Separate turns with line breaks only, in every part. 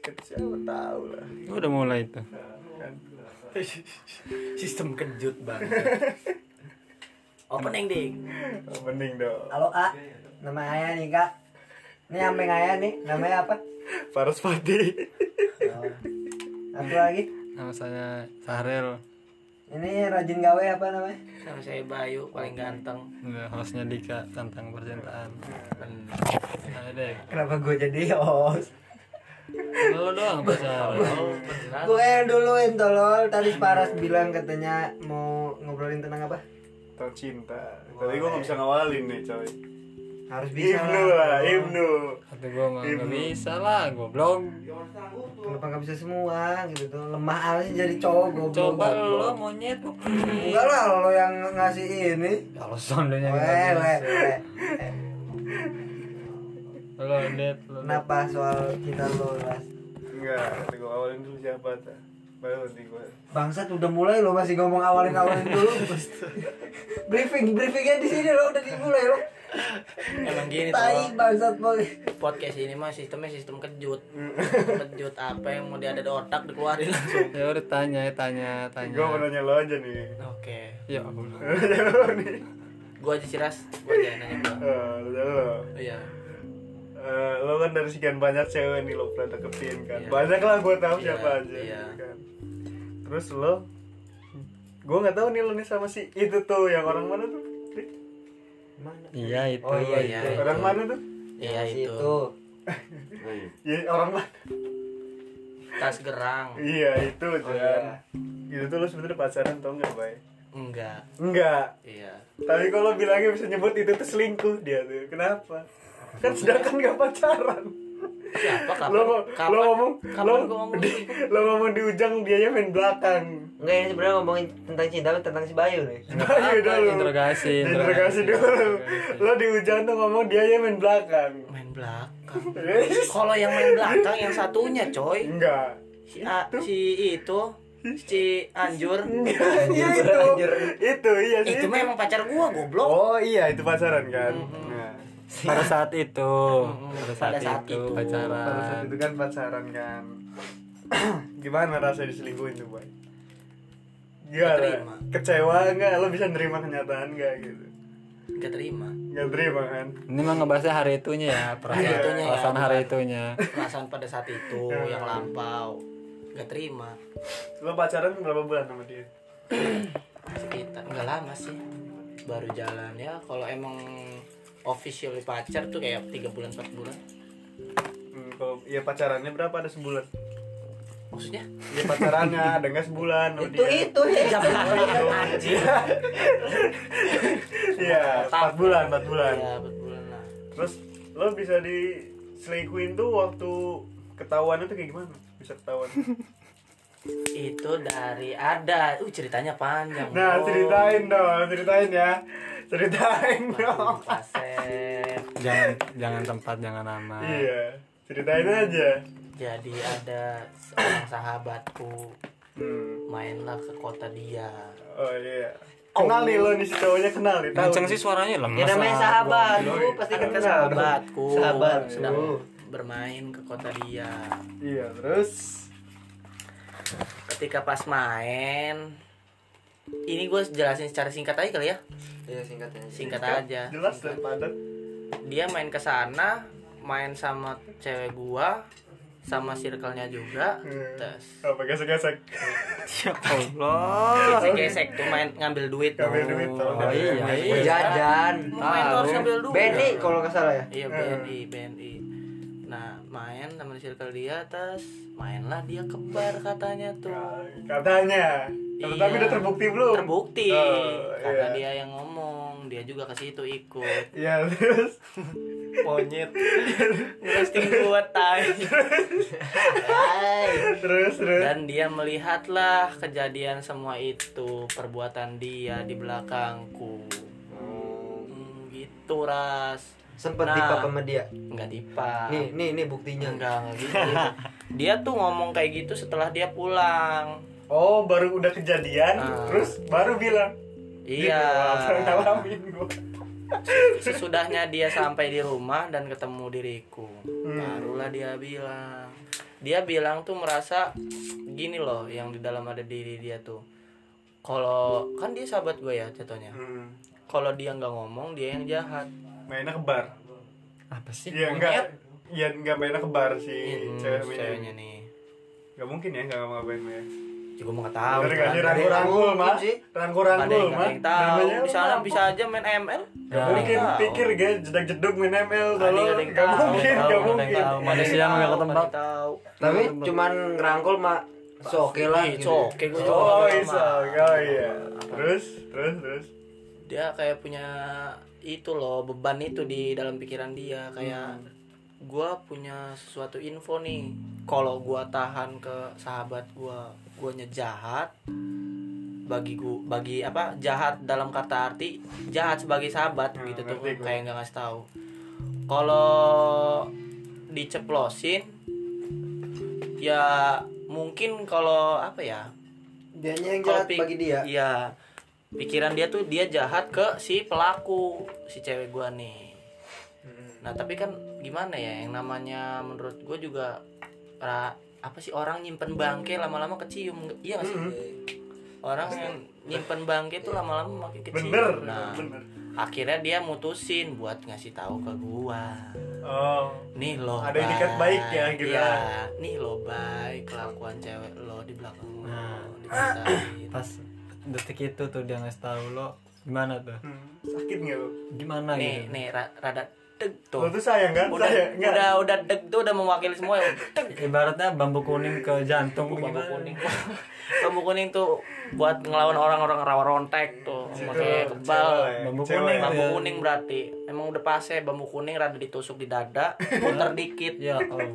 deket siapa tahu lah
udah mulai tuh
kan
Sistem kejut banget. Opening ding.
mending dong
Halo Kak, nama ayah nih Kak. Ini ambeng ayah nih, namanya apa?
Parasvati
Oh. Satu lagi.
nama saya Sahrel
Ini rajin gawe apa namanya?
Sama saya Bayu paling ganteng.
Enggak, hostnya Dika tentang percintaan ada Hmm. deh
Kenapa gue jadi host?
lo doang Pak
Oh,
Sahrel
Gue yang duluin tolol, tadi Paras bilang katanya mau ngobrolin tentang apa?
tentang cinta tapi gue nggak bisa ngawalin nih coy
Harus bisa Oh,
ibnu lah
tolol.
ibnu
kata gue mah nggak bisa lah goblok
Kenapa gak bisa semua gitu tuh Lemah aja sih jadi cowok goblok
coba lo monyet
Enggak lah lo yang ngasih ini
kalau soundnya nggak
Weh weh
jelas.
weh Eh,
lo det lo
Kenapa soal kita lo Ras?
enggak nanti gue awalin dulu siapa ta baru nanti gue
Bangsat udah mulai lo masih ngomong awalin awalin dulu Briefing, briefingnya di sini lo udah dimulai lo
Emang gini
Tai
tuh.
bangsat mau
Podcast ini mah sistemnya sistem kejut. Kejut apa yang mau diada di otak dikeluarin langsung.
ya udah tanya tanya tanya
gue mau nanya lo aja nih
Oke.
ya Allah
nanya lo nih
Gua aja Ciras, gua aja yang nanya gua.
Eh, nanya lo
Iya.
Eh, lo kan dari sekian banyak cewek nih lo pernah deketin kan
Iya.
banyak lah gue tahu
Iya,
siapa aja
iya.
kan terus lo gue nggak tahu nih lo nih sama si itu tuh yang orang mana tuh
Mana?
iya itu
Oh iya
iya.
iya
orang mana tuh
Iya
Situ.
itu.
ya orang mana
Tas gerang.
iya itu
Oh,
Jan
iya.
itu tuh lo sebenarnya pacaran tau nggak bay
Enggak.
enggak
Iya.
tapi kalau bilangnya bisa nyebut itu tuh selingkuh dia tuh kenapa kan sedangkan nggak pacaran
Siapa kapan?
lo ngo-
kapan?
lo ngomong
kapan
lo
gua ngomong
di,
selingkuh?
lo ngomong di ujung dia main belakang
Enggak ini sebenarnya ngomongin tentang cinta tapi tentang si Bayu nih.
Bayu
Apa?
dulu.
Interogasi,
Iya, Interogasi dulu. Lo di hujan tuh ngomong dia ya main belakang.
main belakang. Kalau yang main belakang yang satunya, coy.
Enggak.
Si A- si itu si Anjur.
Iya itu. Itu iya sih.
Itu memang pacar gua goblok.
Oh iya itu pacaran kan. Nah,
pada saat itu pada saat,
Pada saat
itu,
itu.
pacaran
pada saat itu kan pacaran kan. Gimana rasa diselingkuhin tuh, Boy? Gimana?
Keterima.
Kecewa enggak? Lo bisa nerima kenyataan enggak gitu?
Gak terima.
Enggak terima kan?
ini mah ngebahasnya hari itunya ya perasaan,
Hari itunya ya,
perasaan hari
bukan.
itunya
Perasaan pada saat itu yang lampau. Gak terima.
Lo pacaran berapa bulan sama dia?
Sekitar enggak lama sih. Baru jalan ya. Kalau emang official pacar tuh kayak 3 bulan 4 bulan.
Hmm, kalau ya pacarannya berapa ada sebulan?
Maksudnya?
Ya pacarannya ada enggak sebulan sama
Itu
dia?
itu ya.
Tiga bulan anjir.
Iya, empat bulan, empat bulan.
Ya, 4 bulan lah.
Terus lo bisa diselingkuhin tuh waktu ketahuan itu kayak gimana? Bisa ketahuan.
Itu dari ada. Uh ceritanya panjang.
Nah,
Bro.
ceritain dong, ceritain ya. Ceritain dong.
Kaset.
jangan jangan tempat jangan nama
Iya, ceritain aja.
Jadi ada seorang sahabatku
Hmm.
mainlah ke kota dia.
Oh iya. Kenal nih lo nih si cowoknya kenal nih, tahu.
kenceng sih suaranya lemas
Iya,
Ya namanya
lah.
sahabat, lu pasti
Ada
kenal.
kan sahabatku
Sahabat.
sedang
lu.
bermain ke kota dia.
Iya, terus
Ketika pas main, ini gue jelasin secara singkat aja kali ya.
Iya singkat aja.
Singkat aja.
jelas dan padat.
Dia main ke sana, main sama cewek gua, sama circle-nya juga.
Hmm.
Terus
Apa gesek-gesek?
ya Allah
si gesek tuh main ngambil duit.
Ngambil duit tau.
oh iya iya
Jajan.
Mau main tuh harus ngambil duit.
BNI kalau nggak salah ya.
Iya
Eh.
BNI, BNI. Nah, main sama di circle dia atas, mainlah dia ke bar katanya tuh.
Katanya. Ya, Tapi
Iya.
udah terbukti belum?
Terbukti.
Oh,
karena
iya.
dia yang ngomong, dia juga ke situ ikut.
Iya, terus
Monyet. Roasting gua tai. Tai.
terus terus.
Dan dia melihatlah kejadian semua itu, perbuatan dia di belakangku. Hmm, gitu ras.
Sempet
Nah.
dipak sama dia.
Enggak dipak.
Nih nih nih
Iya.
buktinya.
Enggak, enggak gitu. dia tuh ngomong kayak gitu setelah dia pulang.
Oh, baru udah kejadian,
Ah.
terus baru bilang.
Iya.
Gitu, ngalamin gua.
Sesudahnya dia sampai di rumah dan ketemu diriku.
Hmm.
Barulah dia bilang, dia bilang tuh merasa gini loh yang di dalam ada diri dia tuh kalau kan dia sahabat gue ya contohnya
hmm.
kalau dia nggak ngomong dia yang jahat
mainnya ke bar
apa sih
ya
Iya,
enggak ya enggak mainnya ke bar sih
Hmm,
cewek mainnya
ceweknya nih
nggak mungkin ya nggak ngapain ya
juga mau tahu
Bener
kan.
gak sih
Ada yang-
rangkul-rangkul mah
sih.
ada
Rangkul-rangkul
yang nggak
mah
ada yang tahu
Namanya
bisa
rampok.
bisa aja main ML
Gak
Nah.
mungkin
Tahu.
pikir guys jedak-jeduk main ML
Ada yang-
tolong
ada yang
Gak
tahu,
mungkin,
tahu,
gak
ada yang
mungkin
tahu. Manusia mah gak ketebak.
Ada yang tahu
Tapi cuman ngerangkul mah so oke lah.
Ih,
gitu.
so oke gue coba
Oh
lama.
bisa, oh iya Terus, terus, terus
dia kayak punya itu loh beban itu di dalam pikiran dia kayak
Hmm.
gua punya sesuatu info nih kalau gua tahan ke sahabat gua guanya jahat bagi gua bagi apa jahat dalam kata arti jahat sebagai sahabat
Hmm,
gitu tuh
ngerti gua.
kayak nggak ngasih tahu kalau diceplosin ya mungkin kalau apa ya
Dianya yang
kalau
jahat
pi-
bagi dia.
Iya. Pikiran dia tuh dia jahat ke si pelaku, si cewek gua nih.
Hmm.
Nah, tapi kan gimana ya yang namanya menurut gue juga ra, apa sih orang nyimpen bangke lama-lama kecium. nggak- Iya nggak sih? Orang yang nyimpen bangke tuh lama-lama makin kecium.
Hmm. Bener,
Nah,
bener
akhirnya dia mutusin buat ngasih tahu ke gua.
Oh
Nih lo
Ada itikat baik ya, gitu
Iya,
lah.
nih lo baik kelakuan cewek lo di belakang lo.
Nah.
dikatain.
pas detik itu tuh dia ngasih tahu lo gimana tuh
Hmm, Sakit gak lu?
gimana
nih
gitu
nih ra- rada deg
Lu
tuh
tuh sayang kan?
udah
Sayang nggak?
udah udah deg tuh udah mewakili semua ya deg
ibaratnya bambu kuning ke jantung
bambu
gimana?
kuning bambu kuning tuh buat ngelawan orang-orang rawa rontek tuh
Situ,
pakai kebal
cewek,
Bambu
cewek.
kuning.
bambu
Iya.
kuning berarti emang udah pase bambu kuning rada ditusuk di dada puter dikit
ya allah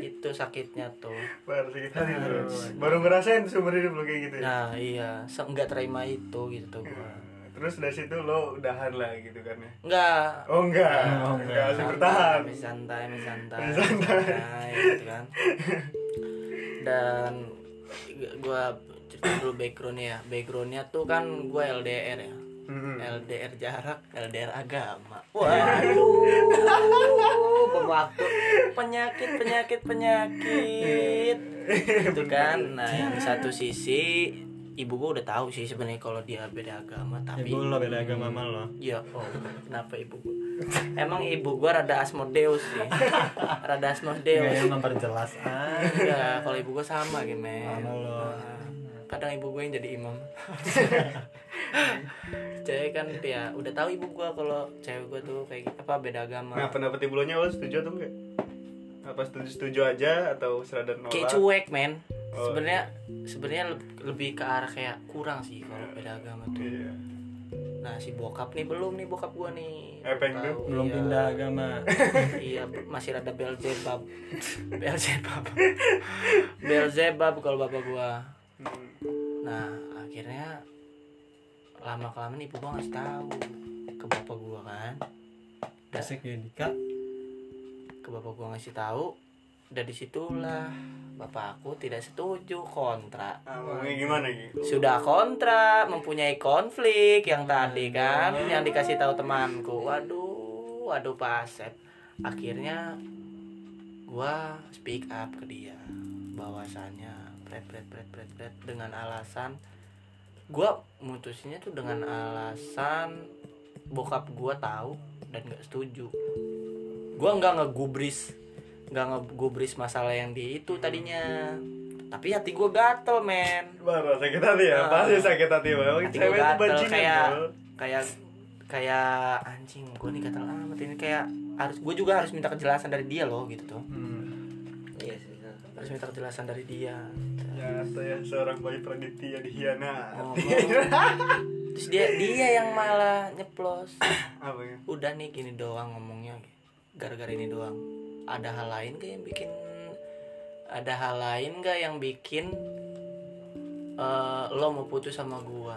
itu sakitnya tuh
Baru sakit hati tuh. Baru ngerasain seumur hidup lu kayak gitu ya?
nah iya se- nggak terima itu gitu tuh gua
Terus dari situ lo udahan lah gitu kan ya?
nggak
Oh enggak, enggak masih bertahan
Santai, santai masih santai
Masih santai.
santai, gitu kan dan gue cerita dulu backgroundnya ya backgroundnya tuh kan gue LDR ya
Hmm.
LDR jarak LDR agama waduh
Oh, bom waktu.
penyakit penyakit penyakit gitu kan nah yang di satu sisi ibu gue udah tahu sih sebenarnya kalau dia beda agama
Ya,
tapi
ibu lo beda agama sama lo
Ya oh, kenapa ibu gua? Emang ibu gua rada Asmodeus sih. Rada
gaya
Asmodeus.
memperjelas ah. aja
Enggak, kalau ibu gua sama gitu, men.
Sama lo.
Kadang ibu gua yang jadi imam. cewek kan ya udah tahu ibu gua kalau cewek gua tuh kayak gitu, apa beda agama.
Nah pendapat ibu lo nya lo setuju atau enggak? Apa setuju-setuju aja atau seradan nolak?
kayak cuek, men.
Oh,
Sebenarnya
iya.
sebenarnya leb- lebih ke arah kayak kurang sih kalau beda agama tuh.
Iya.
Nah, si bokap nih belum nih bokap gua nih.
Epeng tuh?
Tahu,
Eh, belum
iya.
pindah agama
iya masih rada Belzebub Belzebub Belzebub kalau bapak gua
Hmm.
nah akhirnya lama kelamaan ibu gua ngasih tahu ke bapak gua kan
asik ya Dika
ke bapak gua ngasih tahu dari situlah bapak aku tidak setuju kontra
Ah, Ngomongnya gimana gitu?
sudah kontra mempunyai konflik yang tadi kan yang dikasih tahu temanku waduh waduh pak Asep akhirnya gua speak up ke dia bahwasannya pret pret pret pret pret dengan alasan gua mutusinnya tuh dengan alasan bokap gua tahu dan nggak setuju gua nggak ngegubris nggak ngegubris masalah yang di itu tadinya tapi hati gua gatel men
Baru sakit hati ya?
Ah.
Pasti sakit hati banget.
Hati gue
Cewek itu
gatel,
bajingan
kayak
bro.
kayak kayak anjing gue nih gatel amat ini kayak harus gue juga harus minta kejelasan dari dia loh gitu tuh
Hmm.
Iya sih.
harus minta kejelasan dari dia
Ya, saya seorang bayi Praditya dihianati.
Ngomong. terus dia dia yang malah nyeplos
Apa ya?
udah nih gini doang ngomongnya gara-gara ini doang ada hal lain gak yang bikin ada hal lain gak yang bikin eh, lo mau putus sama gua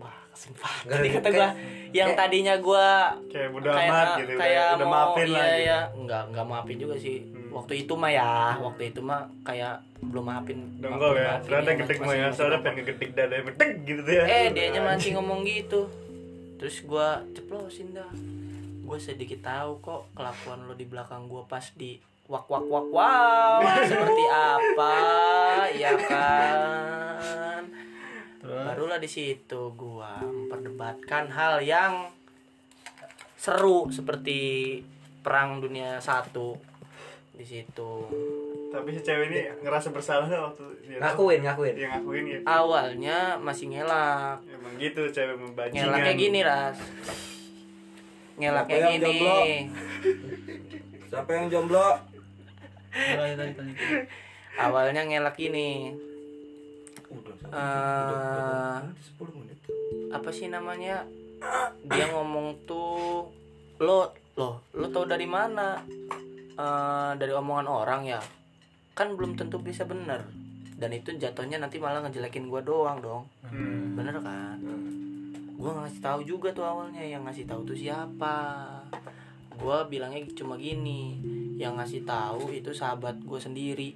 wah kesempatan
Gara-gara
tadi kata gua yang
kayak-
tadinya gua
Kayak bodo amat gitu. udah-
kayak
udah
mau
maafin
iya,
lah gitu.
iya. nggak nggak maafin juga sih
Hmm.
waktu itu mah ya waktu itu mah kayak belum maafin
Dongkol
maafin-
ya,
maafin
serada
ya,
gedik
masih-
mah ya,
masih
serada
dongkol.
pengen gedik dada bedek gitu tuh ya.
Eh dianya masih ngomong gitu Terus gua ceplosin dah Gue sedikit tahu kok kelakuan lo di belakang gua pas di wak wak wak wow seperti apa ya kan
terus
barulah di situ gua memperdebatkan hal yang seru seperti perang dunia satu di situ
Tapi si cewek ini ngerasa bersalah nggak waktu dia
ngakuin ngakuin
Dia ngakuin
Ah.
ya.
awalnya masih ngelak
Emang gitu cewek membajingan.
ngelaknya gini ras ngelaknya
Apa yang
gini
jomblo? Siapa yang jomblo?
mulai ya, tadi tadi
awalnya ngelak gini
Udah,
Eh, apa
10 menit.
sih namanya dia ngomong tuh lo lo lo tau dari mana Eh, dari omongan orang ya kan belum tentu bisa bener dan itu jatuhnya nanti malah ngejelekin gua doang dong
Hmm.
bener kan gua nggak ngasih tahu juga tuh awalnya yang ngasih tahu tuh siapa gua bilangnya cuma gini yang ngasih tahu itu sahabat gua sendiri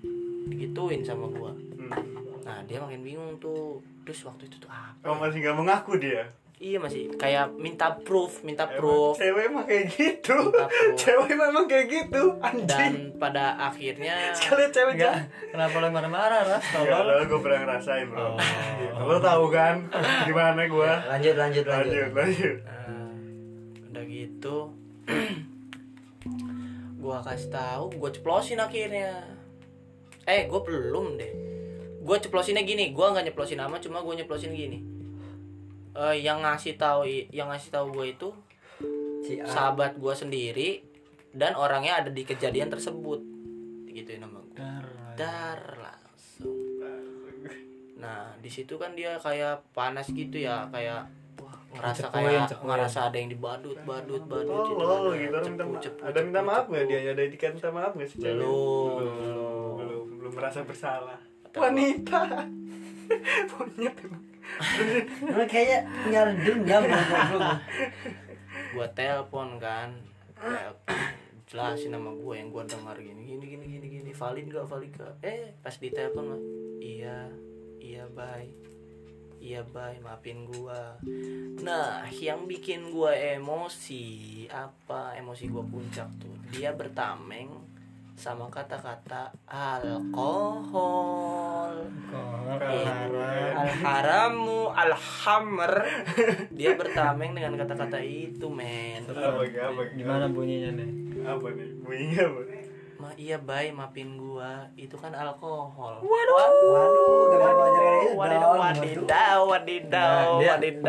digituin sama gua
Hmm.
nah dia makin bingung tuh terus waktu itu tuh apa
Oh masih nggak mengaku dia.
iya masih kayak minta proof minta
Emang
proof
cewek mah kayak gitu.
minta proof
Cewek mah emang kayak gitu. Anjing.
dan pada akhirnya
Sekali cewek
enggak
jahat.
kenapa lo marah-marah ras
Ya
tolol
lo gue pernah ngerasain bro.
Oh.
Lo tahu kan gimana gue.
lanjut lanjut lanjut
Lanjut lanjut.
Nah, udah gitu gua kasih tahu gua ceplosin akhirnya eh gua belum deh gua ceplosinnya gini gua nggak nyeplosin nama cuma gua nyeplosin gini Eh, yang ngasih tahu i- yang ngasih tahu gua itu
si A
sahabat gua sendiri dan orangnya ada di kejadian tersebut gitu nama gua dar langsung nah di situ kan dia kayak panas gitu ya kayak wah, ngerasa
Cepoin,
kayak
cepoin.
ngerasa ada yang dibadut badut badut
Oh
gitu
lo
ada
gitu orang minta
cepu,
maaf.
cepu,
Ada minta
cepu,
maaf nggak
cepu.
dia? Ada indikasi minta maaf nggak sih cewek?
Belum.
Belum belum belum merasa bersalah.
Atau-
Wanita. Monyet emang.
Lu kayaknya nyari dendam ngobrol
gua telepon kan
Ah.
Telepon. jelasin sama gua yang gua dengar gini gini gini gini gini valid gak valid gak eh pas ditelepon mah iya iya bye iya bye maafin gua nah yang bikin gua emosi apa emosi gua puncak tuh dia bertameng sama kata-kata alkohol
Kor,
al haramu al hamr dia bertameng dengan kata-kata itu men
Apa apa
gimana bunyinya nih
Apa nih? Bunyinya apa?
Ma iya bay maafin gua itu kan alkohol.
waduh gak mau
Waduh,
itu
Wadidaw,
dong
wadidaw, wadidaw,
Nah, dia- dia
wadidaw.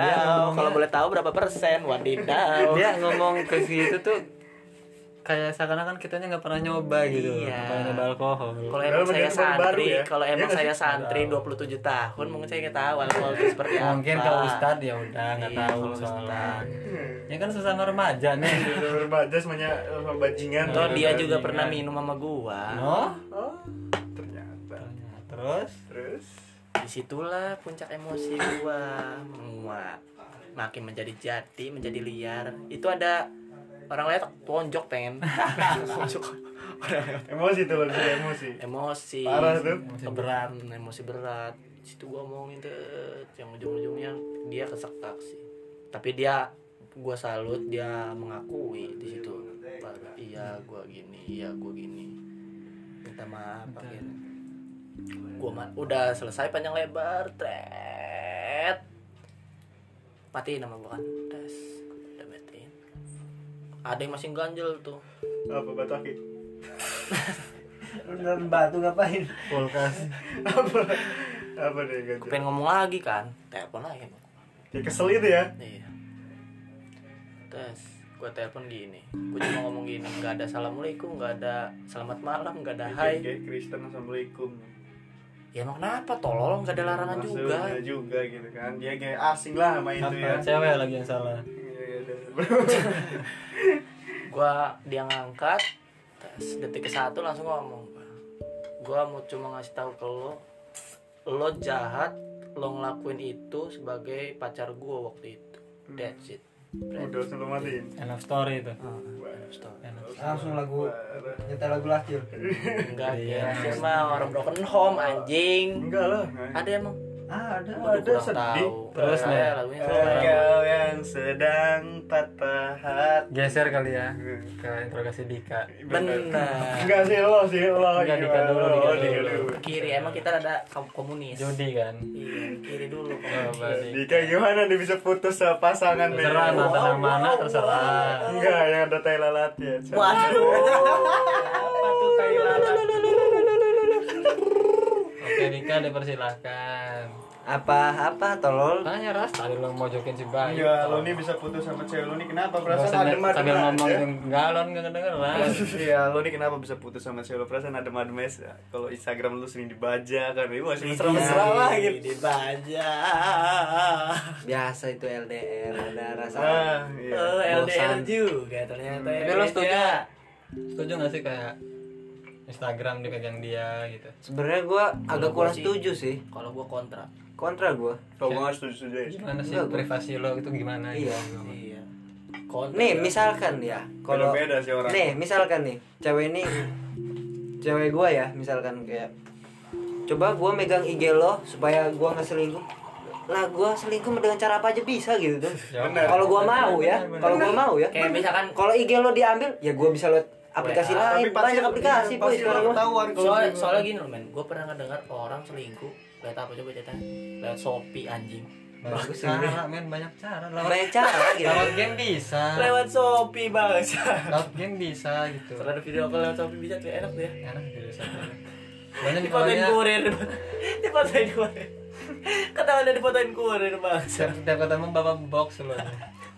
ngomongnya-
Kalau boleh tahu berapa persen wadidaw?
dia ngomong ke situ tuh kayak seakan-akan kitanya nggak pernah nyoba gitu
Iya.
nggak pernah nyoba alkohol
Kalau
Padahal
emang
mungkin
saya
itu baru-baru
santri,
ya.
kalau
Iya
emang
nggak
saya santri 27 tahun mungkin saya nggak tahu alkohol itu seperti apa.
mungkin kalau ustadz ya udah nggak
Iya,
tahu
kalau
soalnya
ustadz.
ya kan sesama remaja nih
Dia berbaca semuanya eh, sama bajingan.
Toh
Iya,
dia juga
Bajingan.
pernah minum sama gua.
no
Oh, ternyata.
Nah, terus
Terus
Disitulah puncak emosi gua menguap makin menjadi jati menjadi liar itu ada orang lihat ponjok pengen Ponjok.
emosi tuh lo bisa emosi.
emosi
Parah tuh.
emosi berat
keberan emosi berat situ gua omongin tuh yang ujung-ujungnya dia kesekak sih tapi dia gua salut dia mengakui di situ Pak, iya gua gini iya gua gini minta maaf akhirnya gua ma- udah selesai panjang lebar tret matiin nama gua kan tes udah matiin ada yang masih ganjel tuh
Apa batu aki?
Lu dalam batu ngapain
kulkas
Apa? Apa deh
gua
gajah?
pengen ngomong lagi kan telepon lagi sama gua.
Kayak kesel itu ya.
Iya. Terus gue telepon gini, gue cuma ngomong gini, nggak ada assalamualaikum, nggak ada selamat malam,
Ya,
nggak ada
Hai.
hai.
Kayak Kristen assalamualaikum.
Ya emang kenapa tolol nggak ada larangan
Masuk
juga.
nggak juga gitu kan. Dia kayak asing lah sama itu ya.
apa cewek lagi yang salah
Iya, iya, iya.
Gue dia ngangkat, terus detik ke satu langsung ngomong. Gue mau cuma ngasih tahu ke lo, lo jahat, lo ngelakuin itu sebagai pacar gue waktu itu. That's it. That's
Udah sebelum matiin.
end of story itu
story.
end of
langsung lagu nyetel lagu last year
Enggak, ya. Dia mah orang broken home anjing.
Enggak lah.
Ada emang.
Ah, ada.
Waduh,
Ada
kurang
sedih.
tahu.
Terus,
Saya
Nay.
lagunya ya. salah.
Engkau yang sedang patah hati.
Geser kali ya ke interogasi Dika.
Benar.
Enggak sih lo sih lo.
Enggak, Dika
gimana?
dulu,
Lo,
Dika
Dika
dulu.
dulu.
Kiri emang kita ada kaum komunis.
Judi kan.
Iya, kiri dulu.
Coba Dika.
Dika gimana nih bisa putus sama pasangan nih?
Terserah nonton yang mana terserah.
Enggak, yang ada tai lalat ya.
Waduh.
Apa tuh tai lalat? Oke Dika dipersilahkan.
Apa apa tolol?
Tanya Ras tadi lo mau jokin si Bayu.
Iya, lo nih bisa putus sama cewek lo nih kenapa?
Nggak usah
Perasaan adem adem
sambil ngomong enggak lo enggak kedengeran.
Iya, lo nih kenapa bisa putus sama cewek lo? Perasaan adem adem aja. Ya, Kalau Instagram lo sering dibajak kan, ini
Iya,
masih mesra mesra lah gitu.
Dibaca.
Biasa itu LDR, ada rasa.
Nah, iya.
Oh, LDR
Bosan.
juga ternyata.
Tapi
ya,
lo
guys,
setuju?
ya.
Setuju nggak sih kayak Instagram dipegang dia gitu?
Sebenarnya gua agak
gua
kurang
sih-
setuju sih.
Kalau gua kontra.
Kontra gua.
Kalau gue nggak setuju setuju ya.
Gimana sih
Enggak, gua-
privasi lo itu gimana?
Iya.
Gitu.
Iya. Kontra.
Nih, misalkan ya, kalau
Beda-beda sih orang.
Nih, misalkan nih, cewek ini cewek gua ya, misalkan kayak coba gua megang IG lo supaya gua nggak selingkuh. Lah gua selingkuh dengan cara apa aja bisa gitu tuh.
Bener.
Kalau gua mau ya,
Bener, bener.
kalau gua mau ya.
Kayak misalkan
Kalau IG lo diambil, ya gua bisa lihat aplikasi
WA.
lain, banyak aplikasi
Iya.
boy
pasti lo
sekarang mah.
ketahuan kalau
soalnya, soalnya gini loh men, gue pernah ngedengar orang selingkuh Lihat apa coba ceritanya Lihat Shopee anjing
Bagus sih. Cara, men banyak cara. Lewat,
Banyak cara gitu.
lewat game bisa.
Lewat Shopee bangsa
Lewat game bisa gitu.
Soalnya video call lewat Shopee bisa tuh enak tuh ya
Enak gitu satu. Banyak
Di
pokoknya
kurir Dipotain kurir Kata udah dipotain kurir bangsa
setiap setiap ketemu bapak box lo.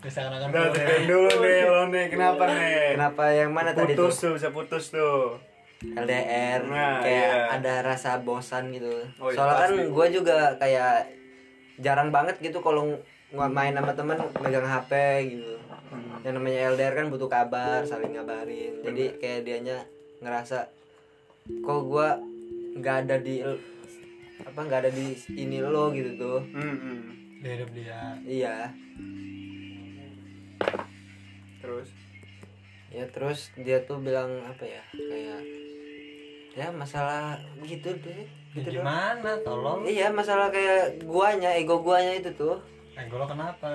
Bisa kenakan
Udah tekan dulu nih lo nih kenapa nih?
Iya. Kenapa yang mana tadi
Putus
tuh?
tuh bisa putus tuh.
LDR
Nah,
kayak
iya.
ada rasa bosan gitu.
Oh, iya,
Soalnya kan
pasti.
gue juga kayak jarang banget gitu kalau ng- main sama temen megang HP gitu. Yang namanya LDR kan butuh kabar, saling ngabarin. Jadi kayak dianya ngerasa kok gue nggak ada di apa nggak ada di ini lo gitu tuh.
Hmm, hmm.
Di hidup dia. Ya
Iya.
Terus?
Ya terus dia tuh bilang apa ya kayak ya masalah gitu deh.
Ya,
Gitu doang.
gimana? Tolong.
Iya masalah kayak guanya, ego guanya itu tuh
Ego Eh, lo kenapa?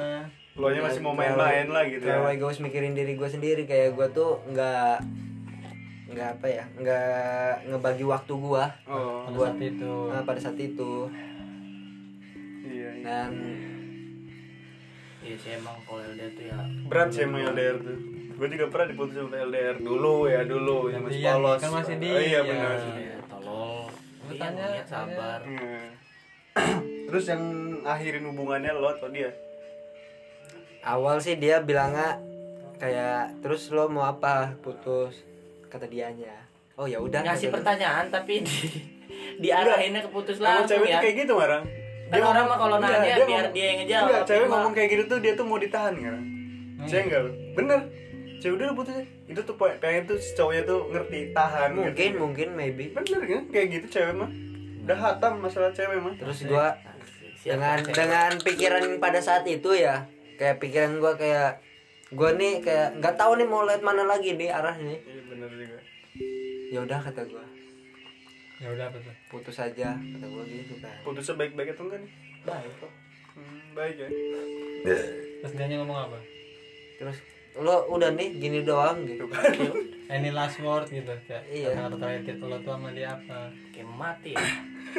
Lo nya masih mau
Ya,
main-main lah gitu ya.
Terlalu egois mikirin diri gue sendiri Kayak gue tuh nggak nggak apa ya nggak ngebagi waktu gue
Oh,
Pada saat itu.
nah, pada saat itu
iya. iya.
Dan
Iya sih emang kalau LDR tuh ya
Berat sih emang LDR tuh. Gue juga pernah diputus sama LDR dulu ya dulu yang masih
Gantian,
polos.
kan masih
Oh, iya
dia.
benar.
ya, Tolol
Gua
Iya,
tanya-
monyet sabar
Iya. Terus yang akhirin hubungannya lo atau dia?
awal sih dia bilangnya kayak terus lo mau apa putus kata dianya oh ya udah
Ngasih
kata
pertanyaan tapi di
Iya.
diarahinnya ke putus
Emang
langsung
cewek tuh
ya
kayak gitu marang.
Kan orang mah kalau
Iya,
nanya biar
ngomong-
dia Hmm. yang ngejawab,
Enggak, cewek
cuma-
ngomong kayak gitu tuh dia tuh mau ditahan kan. Cewek enggak lo? Bener. Cewek udah putus itu tuh pe- pengen tuh si cowoknya tuh ngerti tahan.
gue. mungkin
gitu.
mungkin maybe
Bener kan? Kayak gitu cewek mah. Udah
Hmm.
hatam masalah cewek mah.
terus gue
Iya. Siap,
dengan
siap.
dengan pikiran pada saat itu ya kayak pikiran gue kayak gue nih kayak nggak tahu nih mau lihat mana lagi nih arahnya
Iya bener juga.
ya udah kata gua
Ya udah apa tuh?
putus aja kata gua gitu kan
Putusnya baik-baik atau enggak nih?
baik kok
Hmm, baik ya.
Terus dia ngomong apa?
terus lo udah nih gini doang gitu
Any last word gitu kayak
Iya.
kata-kata terakhir kita lo tuh sama dia apa?
Kayak mati ya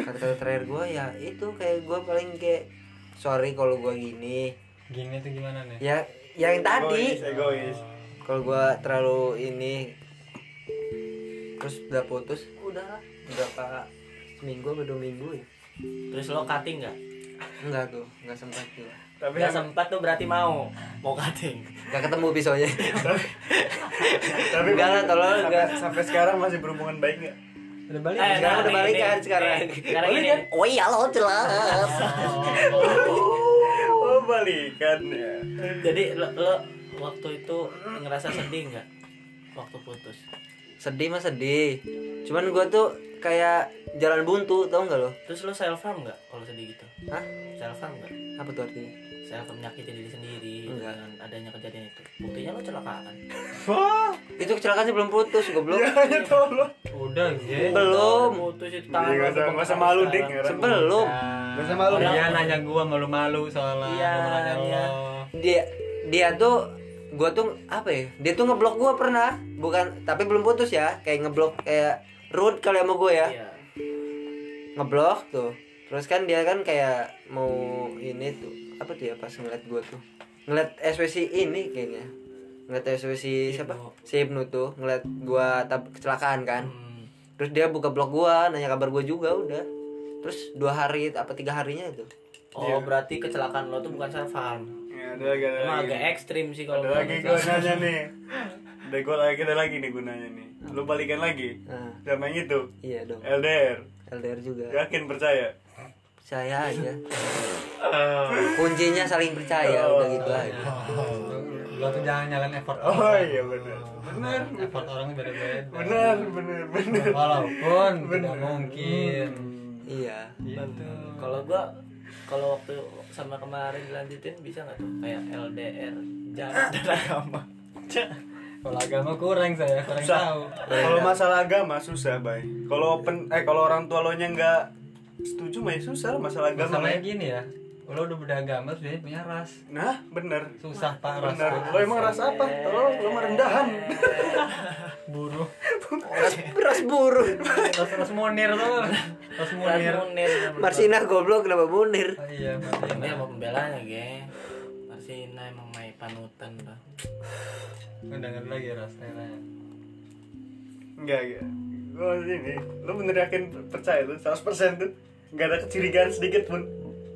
kata terakhir gua ya itu kayak gua paling kayak sorry kalau gua gini
Gini tuh gimana nih? Oh.
ya
Egois,
yang tadi
egois.
Oh.
kalau gua terlalu ini terus udah putus udah berapa seminggu atau dua minggu ya
Terus lo cutting gak?
enggak tuh enggak sempat gua
Tapi
Gak sempat tuh berarti mau Mau cutting
enggak ketemu pisaunya
tapi
Enggak lah, tolol,
sampai-
enggak.
sampai sekarang masih berhubungan baik nggak
Udah balik.
Eh,
sekarang udah
gini,
balikan
gini.
sekarang
Eh, sekarang gini.
oh iya lo jelas
oh balikan ya
Jadi lo, lo waktu itu ngerasa sedih nggak waktu putus?
sedih mah sedih cuman gua tuh kayak jalan buntu tau nggak lo
Terus lo self harm nggak kalau sedih gitu?
Hah?
Self harm nggak?
apa tuh artinya
saya akan menyakiti diri sendiri
Enggak.
dengan adanya kejadian itu buktinya lo celakaan
Wah,
Itu kecelakaan sih belum putus goblok.
ya tolong.
Udah, ge.
Belum.
putus itu
Iya,
tangan
nggak usah- nggak usah malu, Dik, nggak usah.
Sebelum
Nggak usah malu.
Dia nanya gua malu-malu soalnya.
Iya,
Gua nanya
iya.
lo.
dia dia tuh gua tuh apa ya? Dia tuh ngeblok gua pernah, bukan tapi belum putus ya, kayak ngeblok kayak rude kalau sama gua ya.
Iya.
Ngeblok tuh. Terus kan dia kan kayak mau ini tuh apa tuh ya pas ngeliat gua tuh ngeliat SWC ini kayaknya ngeliat SWC siapa si Ibnu tuh ngeliat gua tab kecelakaan kan
Hmm.
terus dia buka blog gua nanya kabar gua juga udah terus dua hari apa tiga harinya itu
oh
Iya.
berarti kecelakaan lo tuh bukan sarfan
Ya, ada lagi, ada
emang
lagi.
agak ekstrim sih kalau
Ada lagi gue nanya nih. Ada gue lagi, ada lagi nih gunanya nih. Lu balikan lagi.
nah,
Sama yang itu.
iya dong
LDR.
LDR juga
Yakin percaya?
percaya aja kuncinya saling percaya udah gitu aja
Lo tuh jangan nyalain effort
Oh iya benar. Benar.
Effort orang beda-beda
Benar, benar, benar.
Walaupun tidak mungkin
Hmm.
iya
Gitu
kalau gua kalau waktu sama kemarin dilanjutin bisa nggak tuh kayak LDR jarak
Ah.
dan agama
Kalau agama kurang saya, kurang tahu
Kalau masalah agama susah, Bay. Kalau open eh kalau orang tua lo nya nggak setuju mah ya susah lah masalah agama.
Masalahnya
Bay.
gini ya Lo udah beragama sebenarnya punya ras
Nah, benar.
Susah pak ras
Benar. Lo emang ras apa? Tolong lo merendahan.
Buruh
ras, ras buruh
Ras, ras monir lo Ras monir
Munir
Marsinah goblok kenapa bunir
Oh, Iya, berarti
ini sama pembelanya geng Marsina emang main panutan lah
Udah nggak ada lagi ras ya. ternyata.
Enggak, enggak. Lo ini, lo bener yakin percaya tuh 100% tuh. Enggak ada kecurigaan sedikit pun.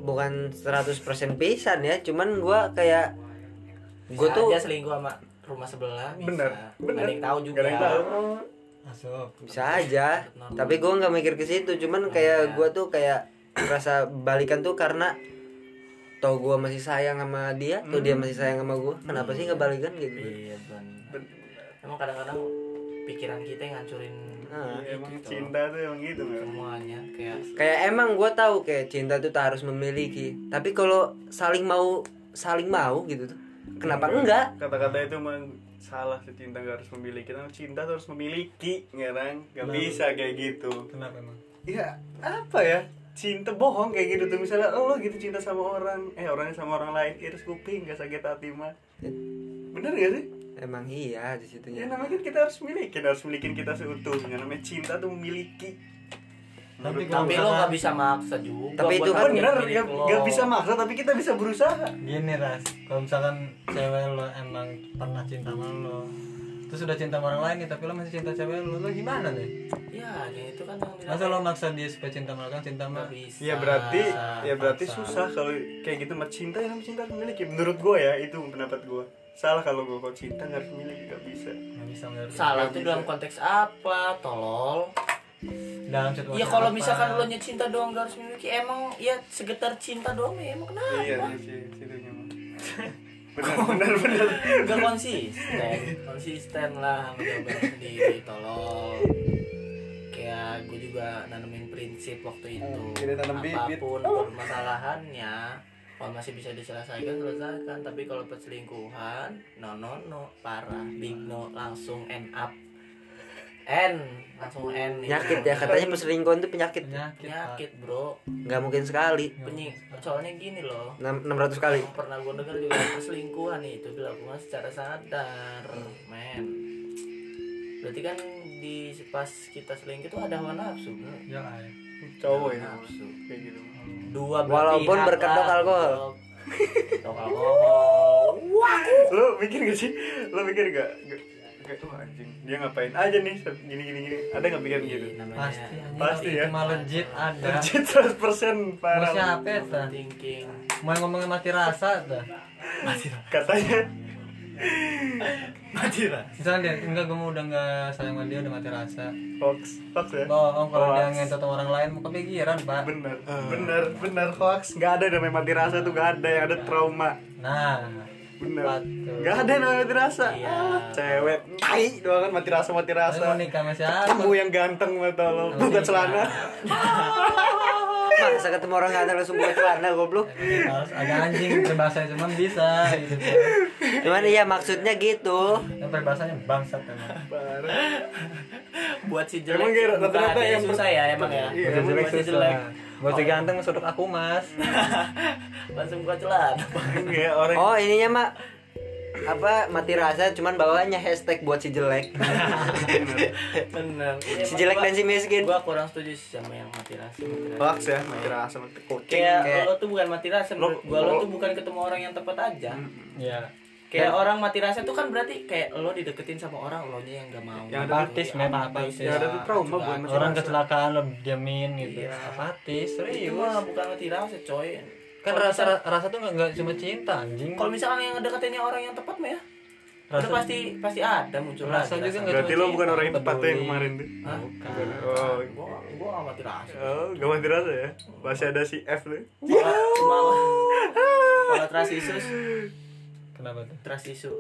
bukan 100% pisan ya cuman gua kayak
bisa
gua tuh
aja selingkuh sama rumah sebelah bisa
Bener,
Nggak
bener.
ada yang tahu juga Nah,
Nggak ada yang tahu. Iya,
Masuk
bisa aja tapi gue nggak mikir ke situ
Iya.
cuman kayak gue tuh kayak merasa balikan tuh karena tau gue masih sayang sama dia tuh dia masih sayang sama gue kenapa sih nggak balikan gitu
Hmm. iya bener emang kadang-kadang pikiran kita yang ngancurin iya, gitu.
Nah,
Ya, emang cinta tuh emang gitu, Mel.
semuanya kayak
kayak emang gue tahu kayak cinta tuh tak harus memiliki tapi kalau saling mau saling mau gitu tuh kenapa
Iya.
enggak
Kata-kata itu emang salah sih cinta gak harus memiliki. Nah, cinta tuh harus memiliki, ngerang. Gak bisa kayak gitu.
Kenapa emang?
ya apa ya cinta bohong kayak gitu tuh misalnya oh, lo gitu cinta sama orang eh orangnya sama orang lain iris kuping gak sakit hati mah
Ya.
bener gak sih
emang iya di
ya
situnya
namanya kan kita harus miliki kita harus milikin kita seutuhnya namanya cinta tuh memiliki
Tapi kalau
tapi lo
misalkan-
nggak bisa maksa juga
Tapi
buat
itu
harga
bener
diri
ya
lo.
gak bisa maksa tapi kita bisa berusaha
gini ras kalau misalkan cewek lo emang pernah cinta sama lo terus udah cinta sama orang lain nih tapi lo masih cinta cewek lo lo gimana nih
ya ya itu kan yang
masa lo maksa dia supaya cinta sama lo kan cinta sama
nggak bisa
ya berarti ya berarti
Maksa.
susah kalau kayak gitu mah cinta yang namanya cinta harus memiliki menurut gue ya itu pendapat gue salah kalau gue kalau cinta nggak harus memiliki gak bisa
nggak bisa ngerti
salah
Nggak
tuh
bisa.
dalam konteks apa tolol
dalam situasi
ya kalau
apa?
misalkan lo cinta doang gak harus memiliki emang ya segetar cinta doang ya emang kenapa
iya sih sih situnya mah bener bener bener
Gak konsisten Konsisten lah sama jawaban sendiri Tolong Kayak gue juga nanemin prinsip waktu itu
Hmm, jadi tanam bibit.
Apapun permasalahannya Kalau masih bisa diselesaikan, selesaikan Tapi kalau perselingkuhan No, no, no Parah Big no Langsung end up End Langsung end itu.
penyakit ya katanya perselingkuhan tuh penyakit
Iya.
penyakit
Ya.
Pak.
Penyakit bro
nggak mungkin sekali
Penyi Soalnya gini loh
Enam- 600 kali
yang pernah gue denger juga perselingkuhan itu dilakukan secara sadar men berarti kan di pas kita selingkuh tuh ada hawa nafsu bro.
ya ay.
cowok ya
nafsu
kayak gitu
dua berpihak
Walaupun
lah,
berkedok alkohol.
berkedok alkohol
lo mikir gak sih lo mikir gak Gak- gak tuh anjing dia ngapain aja nih gini gini gini ada nggak pikiran gitu
Ih, namanya
pasti anjing,
Pasti
itu
ya.
mah legit ada
Legit 100% persen
mau
parah
siapa ya ta?
thinking
mau ngomongin mati rasa ta?
katanya
mati lah
misalnya dia enggak gue mau udah nggak sayang sama dia udah mati rasa
hoax hoax ya
bohong kalau dia
Hoax.
ngentot sama orang lain mau kepikiran pak
bener bener bener hoax nggak ada namanya mati rasa tuh nggak ada yang ada trauma
nah
bener
Betul.
nggak ada namanya mati rasa Ah, cewek tai doang kan mati rasa ya. mati
tapi
rasa
mau nikah sama siapa
kamu yang ganteng mata lo bukan celana
masa ketemu orang ganteng langsung buka celana goblok
harus ada anjing berbahasa cuman bisa gitu
cuman iya maksudnya gitu
yang berbahasanya bangsat emang
Parah.
buat si jelek
Emang kayak
bukan
rata-rata
ada
yang ber-
susah ya emang ya
Iya,
Buat
emang
jelek
buat si jelek
susah buat si ganteng masuk aku mas
langsung buka celana
Kayak ya, orang
oh ininya mak apa mati rasa cuman bawahnya hashtag buat si jelek
bener
si jelek dan si miskin
gua kurang setuju sih sama yang mati rasa mati rasa.
hoax ya, mati rasa mati kucing.
kayak
Kayak-
lo tuh bukan mati rasa
Lo-
menurut gua lo
lo-
tuh bukan ketemu orang yang tepat aja
Iya.
ya
kayak orang mati rasa tuh kan berarti kayak lo dideketin sama orang lo nya yang gak mau Iya.
Yang ada
apatis memang apatis
Yang ada tuh trauma buat mati
orang
rasa.
kecelakaan lo diamin gitu
Iya.
apatis
itu
serius
mah bukan mati rasa coy
kan
Kalau
rasa
misal-
rasa tuh nggak- nggak cuma cinta anjing
kalau misalkan yang deketinnya orang yang tepat mah ya itu
Rasa-
pasti pasti ada muncul
Rasa
lagi
juga
rasa.
nggak
Berarti lo bukan orang yang tepat tuh yang
Peduli.
kemarin tuh.
Hah?
bukan
Oh,
gua gua gak mati rasa
oh, gak mati rasa ya? Masih ada si F lu.
Malah- malah kalau trust issues
kenapa tuh
trust issue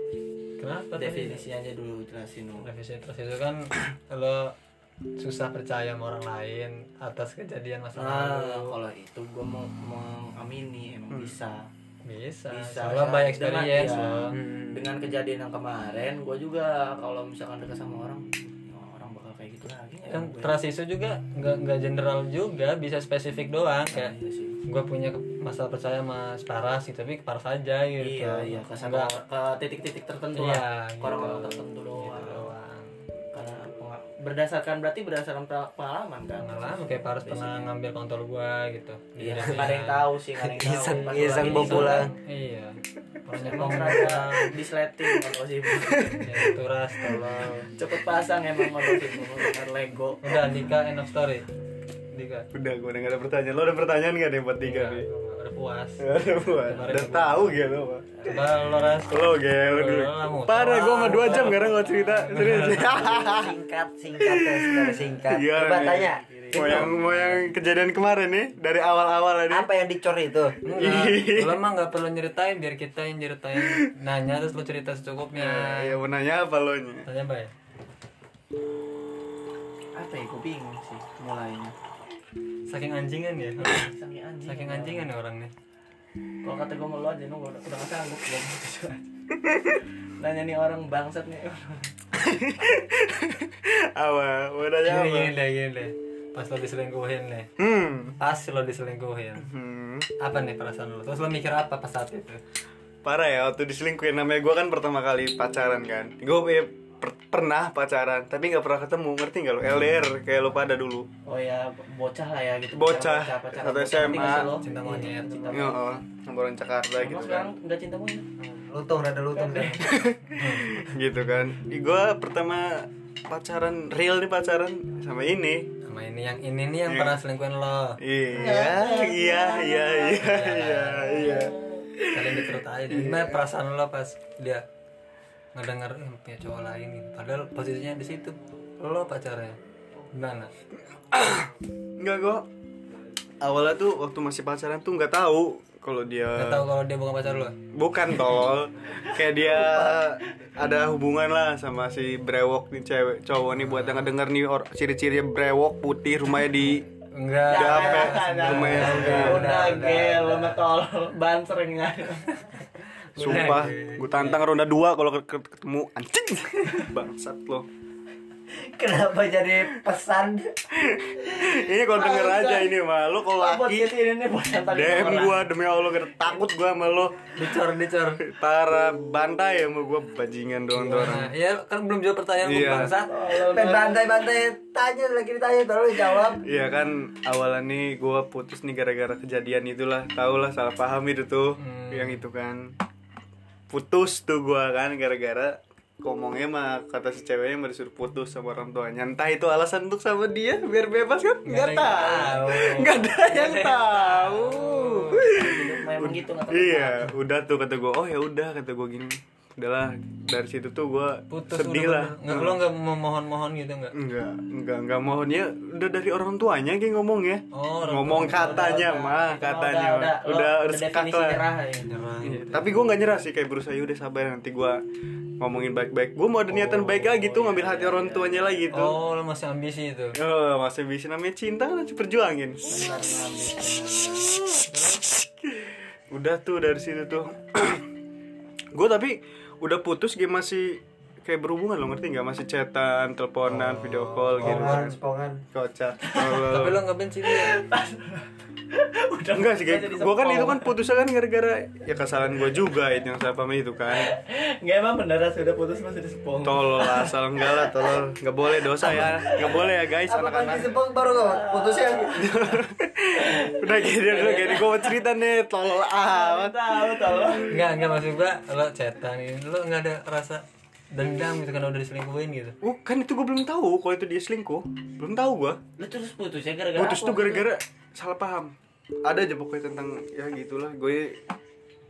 kenapa tuh?
definisinya aja dulu jelasin dulu
Revisi terus itu kan lo susah percaya sama orang lain atas kejadian masa
Ah,
lalu
kalau itu gue mau mengamini emang
Hmm.
bisa
bisa,
bisa
soalnya
ya.
by experience
Dengan-
lo
iya.
Hmm.
dengan kejadian yang kemarin gue juga kalau misalkan dekat sama orang ya orang bakal kayak gitu lagi ya
kan
gue.
trust issue juga nggak nggak general juga bisa spesifik doang kayak gitu.
Iya sih.
gue punya ke- masalah percaya sama Sparas gitu tapi ke Paras aja gitu
iya iya ke satu-
Nggak-
ke titik-titik tertentu
Iya,
lah ke
gitu.
orang-orang tertentu doang
gitu doang
karena penga- berdasarkan berarti berdasarkan pra- pengalaman kan
pengalaman kayak Paras pernah ngambil kontrol gue gitu
iya
Jadi
nggak ada yang tahu sih nggak ada yang tahu
Iseng-
Pas
iseng
lagi
bawa
di-
pulang.
iya banyak
emang
kontrol
rada disleting kan posisi
ya itu ras tolong
cepet pasang emang ngomongin ngomongin Lego
udah Dika end of story Dika
Udah, gue udah gak ada pertanyaan. Lo ada pertanyaan gak nih buat tiga nih?
Udah, udah puas
Gak ada buat.
Iya. Kemarin
Udah
gua-
tahu gak lo, Pak?
coba lo ras
Lo gel
Lo
dulu.
lah, mau
Parah,
tahu.
gue mah 2 jam karena gak cerita. Serius.
singkat singkat ya sebentar singkat
Iya,
coba
nih.
tanya
Mau yang, mau yang kejadian kemarin nih, dari awal-awal tadi.
apa yang dicor itu
Enggak, lo mah nggak perlu nyeritain biar kita yang nyeritain nanya terus lo cerita secukupnya
Ya, mau nanya apa lo nya?
tanya bay
apa ya gue bingung sih mulainya
saking anjingan ya
saking anjing
saking anjingan ya orangnya
kalau kata gue melu aja nih udah udah gak sanggup gue nanya nih orang bangsat nih
Apa? Mau nanya
Ya,
gini
apa?
gini deh gini deh pas lo diselingkuhin nih
Hmm.
pas lo diselingkuhin
Hmm.
apa nih perasaan lo terus lo mikir apa pas saat itu
Parah ya waktu diselingkuhin namanya gue kan pertama kali pacaran kan Gue pernah pacaran tapi nggak pernah ketemu ngerti nggak lo LDR kayak lo pada dulu
oh ya bocah lah ya gitu
Bocah, atau SMA,
cinta monyet.
cinta
Yo,
monyet
oh, sama orang Jakarta
Emang
gitu
sekarang
kan
nggak cinta monyet
lutung rada lutung deh
gitu kan gue pertama pacaran real nih pacaran sama ini
sama ini yang ini nih yang pernah selingkuhin lo
iya iya iya iya iya iya
kalian dikerut aja deh. gimana perasaan lo pas dia ngedenger eh, punya cowok lain gitu padahal posisinya di situ lo pacarnya gimana
nggak gue awalnya tuh waktu masih pacaran tuh nggak tahu kalau dia
nggak tahu kalau dia bukan pacar lo
Bukan tol. Kayak dia ada hubungan lah sama si brewok nih cewek cowok nih buat yang denger nih or- ciri-ciri brewok putih rumahnya di
enggak
Jangan,
Enggak.
jangan, jangan.
Lumayan.
Udah,
udah gel lo tol ban seringnya
Sumpah, gue tantang ronda dua kalau ke- ke- ketemu anjing. Bangsat lo.
kenapa jadi pesan
Ini kalau denger aja ini mah lo kalau laki
podcast ini nih buat nantangin
DM
orang.
gua demi Allah gak takut gua sama lo.
dicor dicor
Tara bantai sama gua bajingan doang tuh orang.
Nah, ya kan belum jawab pertanyaan lu,
Iya.
bangsat
bantai-bantai tanya lagi ditanya tolong jawab
Iya kan awalnya nih gua putus nih gara-gara kejadian itulah Tau lah salah paham itu tuh
Hmm.
Yang itu kan Putus tuh gua kan gara-gara Ngomongnya mah kata si ceweknya mah disuruh putus sama orang tuanya Entah itu alasan untuk sama dia biar bebas kan Nggak
ada yang
tahu
tahu.
Nggak ada yang tahu
memang gitu nggak tahu
Iya udah tuh kata gua oh ya udah kata gua gini udahlah dari situ tuh gue
putus
sedih lah Hmm.
nggak lo nggak memohon mohon gitu nggak
Enggak, enggak, enggak mohonnya udah dari orang tuanya Gi ngomong ya.
Oh, orang
ngomong katanya mah, katanya mah.
udah udah,
ya, udah,
lo
udah, sekak
definisi
lah.
nyerah ya.
Iya, Tapi gue nggak nyerah sih kayak berusaha "Ya udah sabar nanti gue ngomongin baik-baik. Gue mau ada
Oh,
niatan baik lagi
iya,
tuh ngambil hati orang tuanya lagi tuh.
oh lo masih ambisi itu
Oh, masih bisa namanya cinta kan harus perjuangin. udah tuh dari situ tuh. gue tapi udah putus game masih kayak berhubungan lo ngerti nggak masih chatan, teleponan, video call gitu.
Oh, Spongan, spongan.
Kocak.
tapi lo nggak benci dia
Udah enggak sih, kayak gue kan itu kan putusnya kan gara-gara ya kesalahan gue juga itu yang saya paham itu kan.
Nggak emang beneran sudah putus masih disepong.
Tolol lah, asal enggak lah, tolol. Enggak boleh dosa ya. Enggak boleh ya guys anak-anak.
sepong baru kok putusnya.
udah gini, udah gini gue mau cerita nih, tolol amat.
Tahu tahu.
nggak nggak maksud gua lo cetan ini lo nggak ada rasa dendam gitu karena udah diselingkuhin gitu
Oh, kan itu gue belum tahu kalau itu dia selingkuh. Belum tahu gue.
Lu terus putus ya gara-gara
Putus
apa?
tuh gara-gara salah paham. Ada aja pokoknya tentang ya gitulah, gue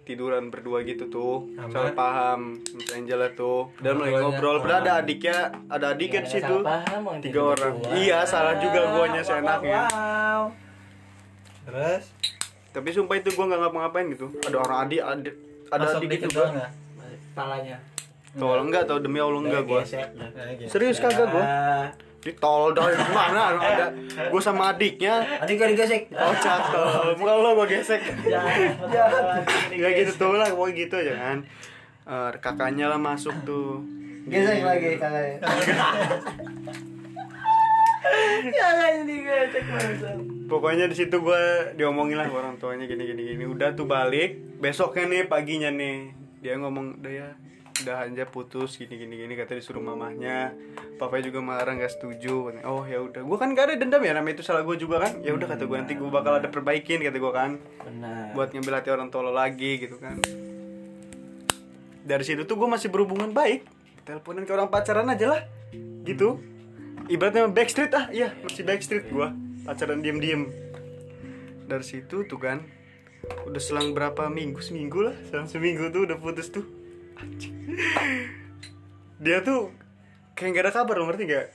tiduran berdua gitu tuh salah paham Miss Angela tuh dan mulai ngobrol padahal ada adiknya ada adiknya di situ
Salah paham orang
tiga
tidur
orang
berdua.
iya salah juga guanya
Wow,
seenaknya
wow, wow.
terus
tapi sumpah itu gua nggak ngapa-ngapain gitu ada orang adik adik ada
masuk
adik gitu
dikit
gua
doang nggak
Palanya.
tolong enggak tau demi allah enggak gua
Gesek dah.
serius kagak gua ditol dari mana ada gua sama adiknya
Adik gak digesek.
oh cakep muka lo gua gesek
Jahat.
nggak gitu tuh lah pokoknya gitu aja kan Eh, kakaknya lah masuk tuh
Gesek lagi kakaknya.
Jangan digesek masa.
pokoknya di situ gue diomongin lah orang tuanya gini gini gini udah tuh balik besoknya nih paginya nih dia ngomong udah ya udah aja putus gini gini gini kata disuruh mamahnya papanya juga marah nggak setuju Katanya, oh ya udah gue kan gak ada dendam ya namanya itu salah gue juga kan ya udah kata gue nanti gue bakal ada perbaikin kata gue kan
Benar.
buat ngambil hati orang tolol lagi gitu kan dari situ tuh gue masih berhubungan baik teleponan ke orang pacaran aja lah gitu ibaratnya backstreet ah iya masih backstreet gue pacaran diem diem dari situ tuh kan udah selang berapa minggu seminggu lah selang seminggu tuh udah putus tuh Anjing. dia tuh kayak gak ada kabar lo ngerti gak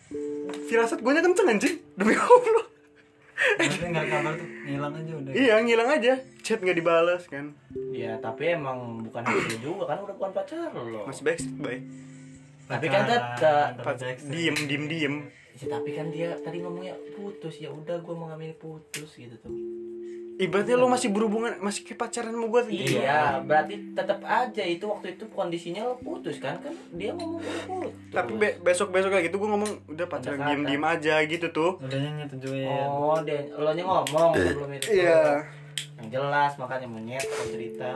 firasat gue nya kenceng anjing demi allah
Maksudnya nggak kabar tuh ngilang aja udah
iya ngilang aja chat nggak dibalas kan
Ya, tapi emang bukan hati juga kan udah bukan pacar lo.
masih backstreet baik
Tapi kan tetap
Pas diem diem diem
Ya, tapi kan dia tadi ngomongnya putus ya udah gue mengambil putus gitu tuh
ibaratnya lo masih berhubungan masih kayak pacaran sama gue gitu
iya berarti tetap aja itu waktu itu kondisinya lo putus kan kan dia ngomong udah putus
tapi besok besok kayak gitu gue ngomong udah pacaran
Pendekatan.
diem diem aja gitu tuh
udahnya nyetujuin
oh dia lo nya ngomong sebelum itu
Iya.
yang jelas makanya monyet kalau cerita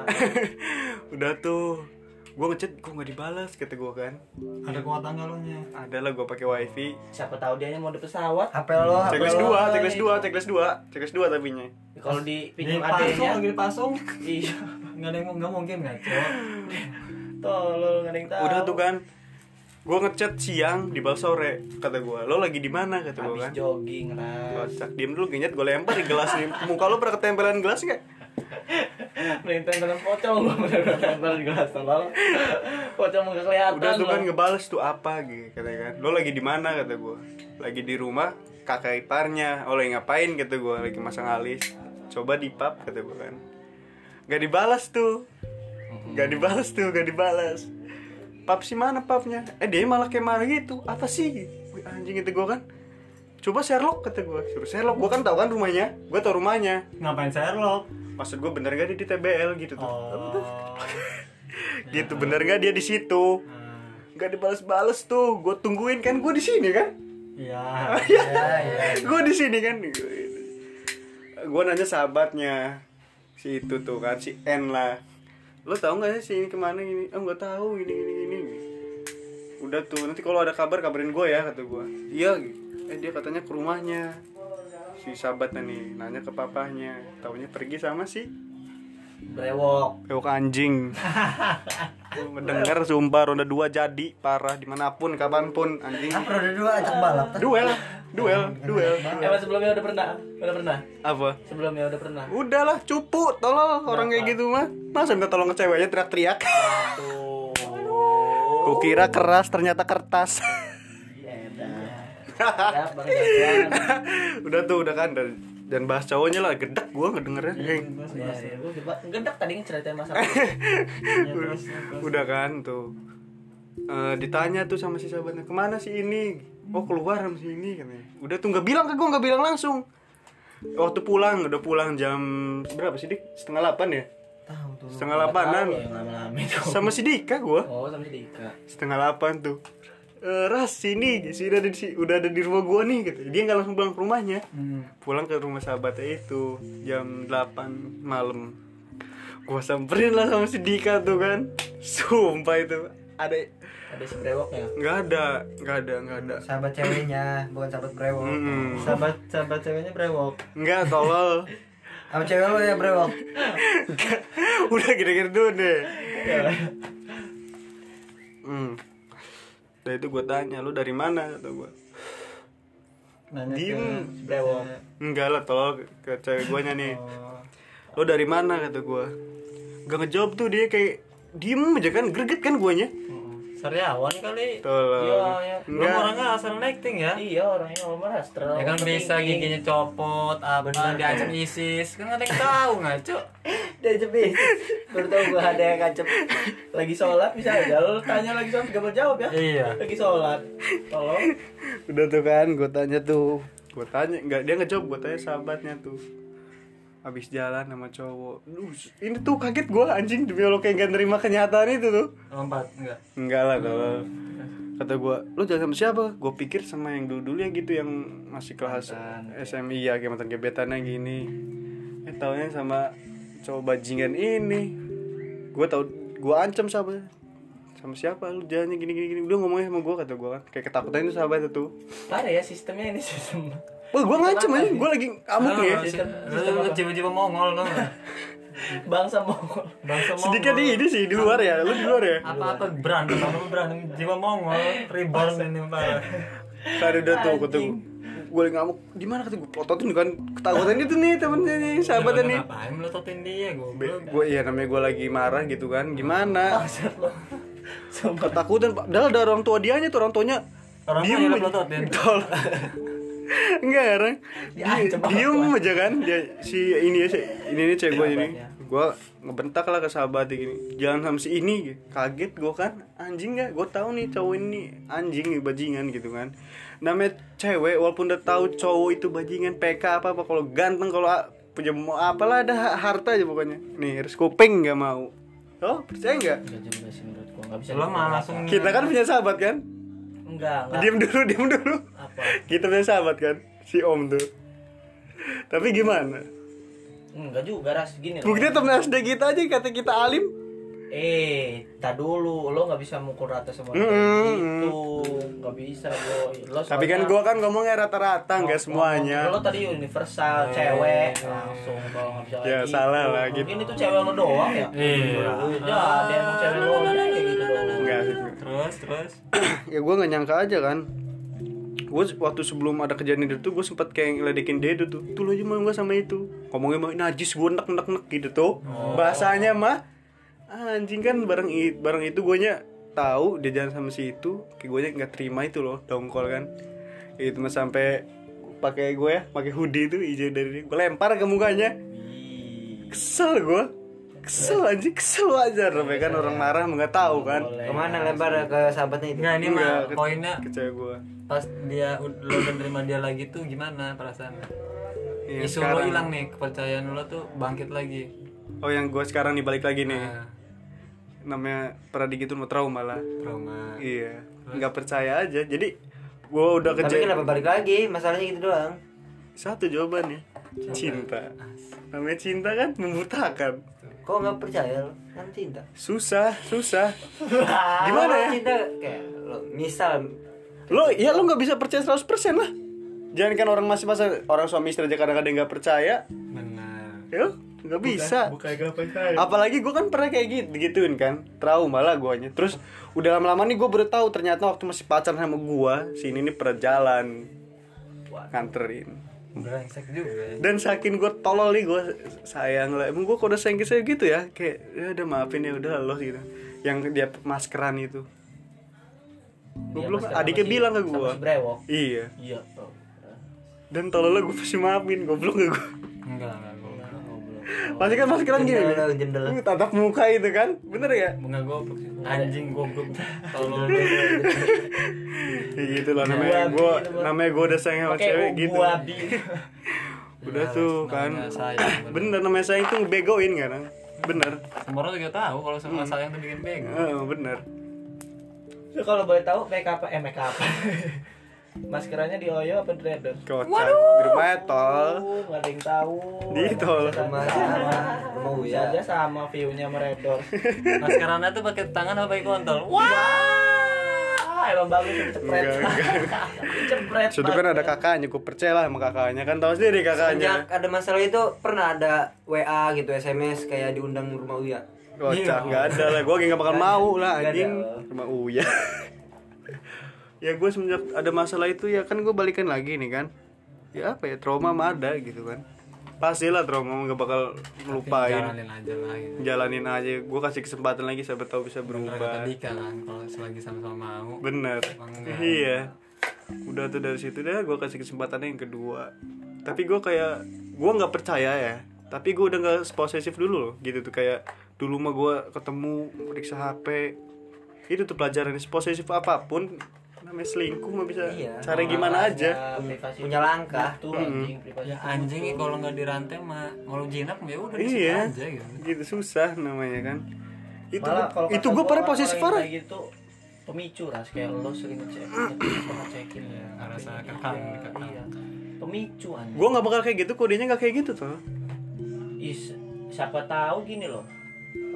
udah tuh gue ngechat kok nggak dibalas kata gue kan
ada kuatan nggak lo nya
ada lah gue pakai wifi
siapa tahu dia mau di pesawat
HP lo, HP
checklist
lo.
dua checklist dua checklist dua checklist dua tapi nya
kalau di pinjam
dipasung lagi
adiknya
dipasung
iya
nggak ada yang mau nggak mungkin nggak
tolol nggak ada yang tahu
udah tuh kan gue ngechat siang dibalas sore kata gue lo lagi di mana kata gue
habis
kan
jogging lah
Kocak, diem dulu genyet gue lempar di gelas nih Muka lo pernah ketempelan gelas gak?
merintah dalam pocong lo udah nonton di gelas tolol pocong nggak kelihatan
udah tuh
lo.
kan ngebales tuh apa gitu katanya kan lo lagi di mana kata gue lagi di rumah kakak iparnya oh lagi ngapain kata gue lagi masang alis coba di pub kata gue kan gak dibalas tuh gak dibalas tuh gak dibalas pub sih mana pubnya eh dia malah kayak marah gitu apa sih Wih, anjing itu gue kan coba Sherlock kata gue suruh Sherlock gue kan tau kan rumahnya gue tau rumahnya
ngapain Sherlock
maksud gue bener gak dia di TBL gitu tuh
oh
gitu bener gak dia di situ
Nah.
nggak dibalas-balas tuh gue tungguin kan gue di sini kan
iya
gue di sini kan gue nanya sahabatnya si itu tuh kan si N lah lo tau nggak sih si ini kemana ini oh nggak tahu ini ini ini udah tuh nanti kalau ada kabar kabarin gue ya kata gue iya eh dia katanya ke rumahnya si sahabatnya nih nanya ke papahnya taunya pergi sama si
brewok
Bewok anjing mendengar sumpah ronda 2 jadi parah dimanapun kapanpun anjing
Apa udah dua ajak balap?
duel duel duel
Emang Eh, sebelumnya udah pernah? Udah pernah?
apa
Sebelumnya udah pernah?
udahlah cupu tolol orang kayak gitu mah masa minta tolong ke ceweknya teriak-teriak
Tuh.
Kukira keras ternyata kertas.
Iya,
Iya.
Ya, Bang Jagoan.
udah tuh udah kan dan, dan bahas cowoknya lah gedek gua ngedengernya. Heng.
Biarin, Iya, gua coba- Gedek tadi ceritain masalah.
Iya,
udah kan tuh. Eh, ditanya tuh sama si sahabatnya kemana sih ini? Oh keluar sama si ini katanya. Udah tuh nggak bilang ke gua nggak bilang langsung. Waktu pulang udah pulang jam berapa sih dik? Setengah delapan ya?
Tahu tuh. ya.
Setengah delapanan
Lama-lama itu.
sama si Dika gua.
ya, Oh, sama si Dika.
setengah delapan tuh Eh ras sini sini ada di si- udah ada di rumah gua nih gitu dia nggak langsung pulang ke rumahnya
Hmm.
pulang ke rumah sahabatnya itu jam 8 malam gua samperin lah sama si Dika tuh kan sumpah itu ada
Ada si brewok ya.
nggak ada nggak ada nggak ada
Sahabat ceweknya, bukan sahabat brewok.
Mm-mm.
Sahabat sahabat ceweknya brewok.
nggak tolol
Sama cewek lo ya brewok.
udah gini-gini dulu deh hmm. Udah itu gua tanya lu dari mana kata gua
Nanya
diem
Brewok.
Enggak lah tolol ke cewek guanya nih. Lo
Oh.
dari mana kata gua. Gak ngejawab tuh dia kayak diem aja kan greget kan guanya.
Seriawan kali.
Tolong.
Iya, iya.
Lu
Enggak.
orangnya asal acting ya?
Iya, orangnya ngomong astral.
Ya kan bisa giginya copot, apa diancam ISIS. Kan ada yang tahu ngaco.
Dia jepit. Baru tau gue ada yang ngacep. Lagi sholat bisa aja. Lo tanya lagi sholat gak berjawab ya.
Iya.
Lagi sholat. Tolong.
Udah tuh kan gua tanya tuh. Gua tanya enggak dia ngejawab gua tanya sahabatnya tuh. Habis jalan sama cowok. Duh, ini tuh kaget gua anjing demi Allah kayak gak nerima kenyataan itu tuh.
Lompat enggak.
Enggak lah kalau kata gua lu jalan sama siapa? Gua pikir sama yang dulu dulu ya gitu yang masih kelas SMI ya kayak mantan gebetannya gini. Eh taunya sama cowok bajingan ini. Gua tau gua ancam siapa? Sama siapa lu jalannya gini gini gini. Udah ngomongnya sama gua kata gua kan. Kayak ketakutan itu sahabat itu.
Parah ya sistemnya ini sistem.
Wah, gua ngancam aja. Gua lagi amuk
Iya,
nih. ya.
Lu jiwa-jiwa Mongol lu.
Bangsa Mongol.
Bangsa Mongol.
Sedikit di ini sih di luar ya. Lu di luar ya.
apa-apa berantem apa berantem jiwa Mongol reborn ini parah.
Kan udah tuh kata gua. Gua lagi ngamuk. Di mana kata gua plototin kan ketakutan itu nih temennya nih sahabatnya
Lu
nih.
Ngapain melototin dia goblok.
gue iya namanya gue lagi marah gitu kan gimana
Bangsat lo. Sumpah.
ketakutan pak padahal ada orang tua dianya tuh orang tuanya
Orang
diem
tuanya
aja.
pelototin.
Tol. enggak orang
Diancam orang
diem aja kan dia si ini ya si, ini ini cewek gue ini gue ngebentak lah ke sahabat gini jangan sama si ini kaget gue kan anjing gak gue tahu nih cowok ini anjing nih, bajingan gitu kan namanya cewek walaupun udah tahu cowok itu bajingan PK apa apa kalau ganteng kalau a- punya mau apalah ada ha- harta aja pokoknya nih harus kuping nggak mau oh percaya nggak
Enggak juga sih menurut gua. Enggak bisa.
Lu mah langsung
kita kan punya sahabat kan
Enggak, enggak.
diem dulu diem dulu
Apa?
kita punya sahabat kan si om tuh tapi gimana
Enggak juga ras gini. loh.
buktinya temen SD kita aja kata kita alim
Eh, tak dulu, lo nggak bisa mukul rata semua orang
Mm-mm.
itu, nggak bisa boy. Lo
tapi kan
soalnya-
gua kan ngomongnya rata-rata nggak
Lo
semuanya
tadi universal cewek langsung kalau nggak bisa
Ya,
lagi.
salah lah,
Mungkin
gitu.
itu cewek lo doang ya.
Iya.
Ya, ada emang cewek lo kayak gitu doang.
Nggak sih.
Terus terus.
ya gua nggak nyangka aja kan gue waktu sebelum ada kejadian itu tuh gue sempet kayak ngeledekin dia itu tuh tuh lo aja mau nggak sama itu ngomongnya mah najis gue nek nek nek gitu tuh bahasanya mah anjing kan bareng i- bareng itu gue nya tahu dia jalan sama si itu kayak gue nya nggak terima itu loh dongkol kan itu mah sampai pakai gue ya pakai hoodie itu hijau dari dia gue lempar ke mukanya kesel gue kesel anjing kesel wajar namanya kan orang marah mah nggak tahu kan
Kemana lebar ke sahabatnya itu?
Enggak ini mah
Nggak, ke-
poinnya
ke cewek gue
pas dia ud- lo udah nerima dia lagi tuh gimana perasaan?
Iya,
Isu lo
sekarang.
hilang nih, kepercayaan lo tuh bangkit lagi.
Oh yang gue sekarang nih balik lagi nih
Nah,
Namanya Pradik itu mau trauma lah
trauma.
Iya nggak percaya aja Jadi gue udah
Tapi
kerja
kenapa balik lagi? Masalahnya gitu doang.
Satu jawabannya Cinta Namanya cinta kan membutakan
Kok nggak percaya lo? Kan cinta.
Susah susah Gimana ya?
Cinta kayak lo misal
Lo ya lo nggak bisa percaya 100% lah Jangan kan orang masih masa Orang suami istri aja kadang-kadang nggak percaya
Benar.
Ya nggak bisa
Bukan gak percaya.
Apalagi gue kan pernah kayak gitu gituin kan trauma lah guanya terus udah lama-lama nih gue baru tahu ternyata waktu masih pacaran sama gua si ini nih pernah jalan nganterin
Brengsek juga. ya.
dan saking gue tolol nih gue sayang lah emang gue kode sayang saya gitu ya kayak ya udah maafin ya udah lolos gitu yang dia maskeran itu Gua
Iya,
belum,
pas kita
adiknya
masih-
bilang ke
kita
gua.
masih brewok
Iya.
iya
Dan tolol gue pasti maafin, goblok gak gue?
enggak enggak gue
Pasti kan pasti kan gini.
Jendela, jendela.
Ini Tatap muka itu kan. Bener ya?
enggak goblok sih anjing goblok tolong
Ya gitu lah namanya gue namanya gue udah sayang sama
Oke,
cewek
gua
gitu.
abi.
Udah tuh kan.
namanya sayang, bener.
Bener namanya sayang tuh ngebegoin kan. Bener.
semua orang juga tahu kalau sama sayang tuh bikin bego
Eh, bener.
Lu kalau boleh tahu make up eh make up. Maskeranya di Oyo apa Dreader?
Kocak. Grupnya tol.
Uh, nggak ada yang tahu.
Di
Emang
tol.
bisa aja
Rumah sama,
sama.
rumah
Bisa
Uya.
aja sama view-nya meredor.
maskerana tuh pakai tangan apa pakai kontol wah
Ah, emang bagus dicepret.
Enggak, enggak.
Dicepret.
Sudah kan ada kakaknya, gue percaya lah sama kakaknya kan tahu sendiri
Sejak
kakaknya.
ada masalah itu pernah ada WA gitu SMS kayak diundang rumah Uya.
Iya.
Kocak nggak ada lah, gue gak bakal mau lah anjing sama Uya. ya gue semenjak ada masalah itu ya kan gue balikan lagi nih kan. Ya apa ya trauma mah ada gitu kan. Pastilah trauma gak bakal ngelupain.
jalanin aja lah gitu
Jalanin aja, gue kasih kesempatan lagi siapa tahu bisa
Bener kata
berubah.
Dika kan kalau selagi sama-sama mau
Bener.
Enggak.
Iya. Udah tuh dari situ deh gue kasih kesempatannya yang kedua. Tapi gue kayak gue nggak percaya ya. Tapi gue udah nggak posesif dulu loh gitu tuh kayak dulu mah gue ketemu periksa HP itu tuh pelajaran posesif apapun namanya selingkuh mah bisa
Iya.
cara gimana aja
Punya langkah.
Tuh anjing privasi.
ya anjing kalau nggak dirantai mah mau jinak ya udah di situ
iya
aja gitu
gitu susah namanya kan itu
Malah kalau
itu
kata
gue pernah
orang-orang
posesif
yang
parah
kayak gitu pemicu ras kayak lo sering ngecek pernah cekin ya
ngerasa kekang, dikekang.
iya pemicu anjing
gue nggak bakal kayak gitu kodenya nggak kayak gitu tuh
Is, siapa tahu gini loh.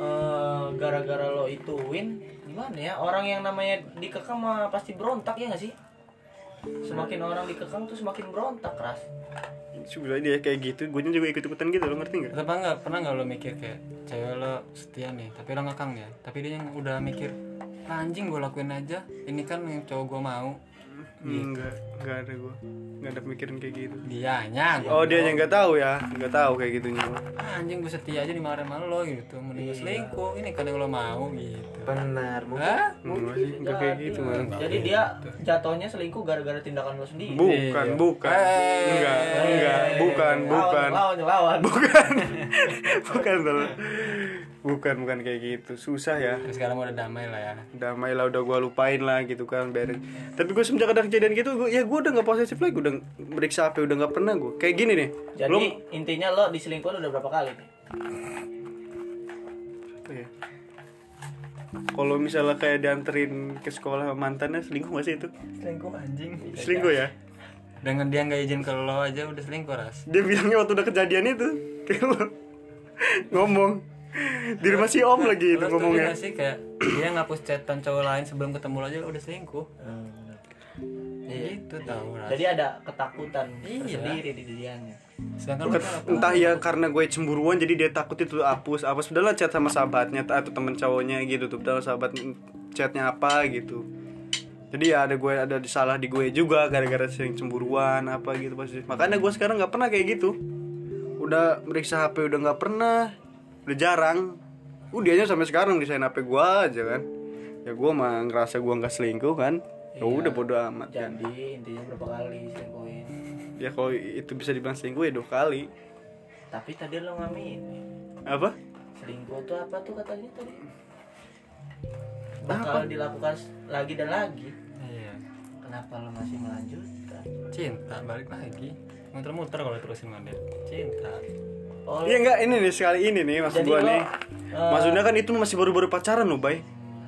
Eh, gara-gara lo ituin gimana ya orang yang namanya dikekang mah pasti berontak ya nggak sih semakin orang dikekang tuh semakin berontak keras
sudah dia kayak gitu gue juga ikut ikutan gitu lo ngerti nggak
Atau apa enggak pernah nggak lo mikir kayak cewek lo setia nih tapi lo ngekang ya tapi dia yang udah mikir "Ah, anjing gue lakuin aja ini kan yang cowok gue mau
Enggak, enggak ada gua. Enggak ada mikirin kayak gitu.
dianya gua
Oh, dia yang enggak tahu ya. Enggak tahu kayak gitunya.
"Ah, anjing gue setia aja dimarahin sama lo gitu mending gua selingkuh ini kan yang lo mau gitu
Benar. Mungkin
Hah?
Enggak sih, enggak kayak gitu, Man.
Iya. jadi dia jatuhnya selingkuh gara-gara tindakan lo sendiri
Bukan, bukan.
Eh.
Enggak, enggak. Bukan, bukan.
lawan lawan
Bukan. Bukan, Tol. Bukan, bukan kayak gitu. Susah ya.
Terus sekarang udah damai lah ya
damai lah udah gua lupain lah gitu kan beres tapi gue semenjak ada kejadian gitu gua, ya gue udah nggak posesif lagi udah meriksa hp udah nggak pernah gue kayak gini nih
jadi
belum
intinya lo diselingkuhin udah berapa kali nih
Apa ya? kalau misalnya kayak dianterin ke sekolah sama mantannya selingkuh gak sih itu
selingkuh anjing
selingkuh ya
dengan dia nggak izin ke lo aja udah selingkuh ras
dia bilangnya waktu udah kejadian itu kayak lo ngomong di rumah si om lagi itu Gitu
Terus
ngomongnya
tuh dia sih kayak dia ngapus chatan cowok lain sebelum ketemu lo aja udah selingkuh.
Hmm,
Gitu tau Ras.
jadi ada ketakutan
Iya.
tersendiri di diriannya
Sedangkan lo kan
entah ya karena gue cemburuan jadi dia takut itu hapus apa sudahlah chat sama sahabatnya atau temen cowoknya gitu tuh Sudahlah sahabat chatnya apa gitu jadi ya ada gue ada salah di gue juga gara-gara sering cemburuan apa gitu pasti makanya gue sekarang nggak pernah kayak gitu udah meriksa hp udah nggak pernah udah jarang udianya sampai sekarang desain hp gue aja kan ya gue mah ngerasa gue nggak selingkuh kan ya udah bodo amat kan
jadi intinya berapa kali diselingkuhin
ya kalau itu bisa dibilang selingkuh ya dua kali
tapi tadi lo ngamin
apa
selingkuh tuh apa tuh katanya tadi bakal dilakukan s- lagi dan lagi
Iya.
kenapa lo masih melanjutkan
Cinta balik lagi. Muter-muter kalau terusin sama dia. Cinta.
oh
Iya enggak ini nih sekali ini nih maksud
Jadi
gua
lo,
nih.
eh,
Maksudnya kan itu masih baru-baru pacaran loh, Bay.
hmm,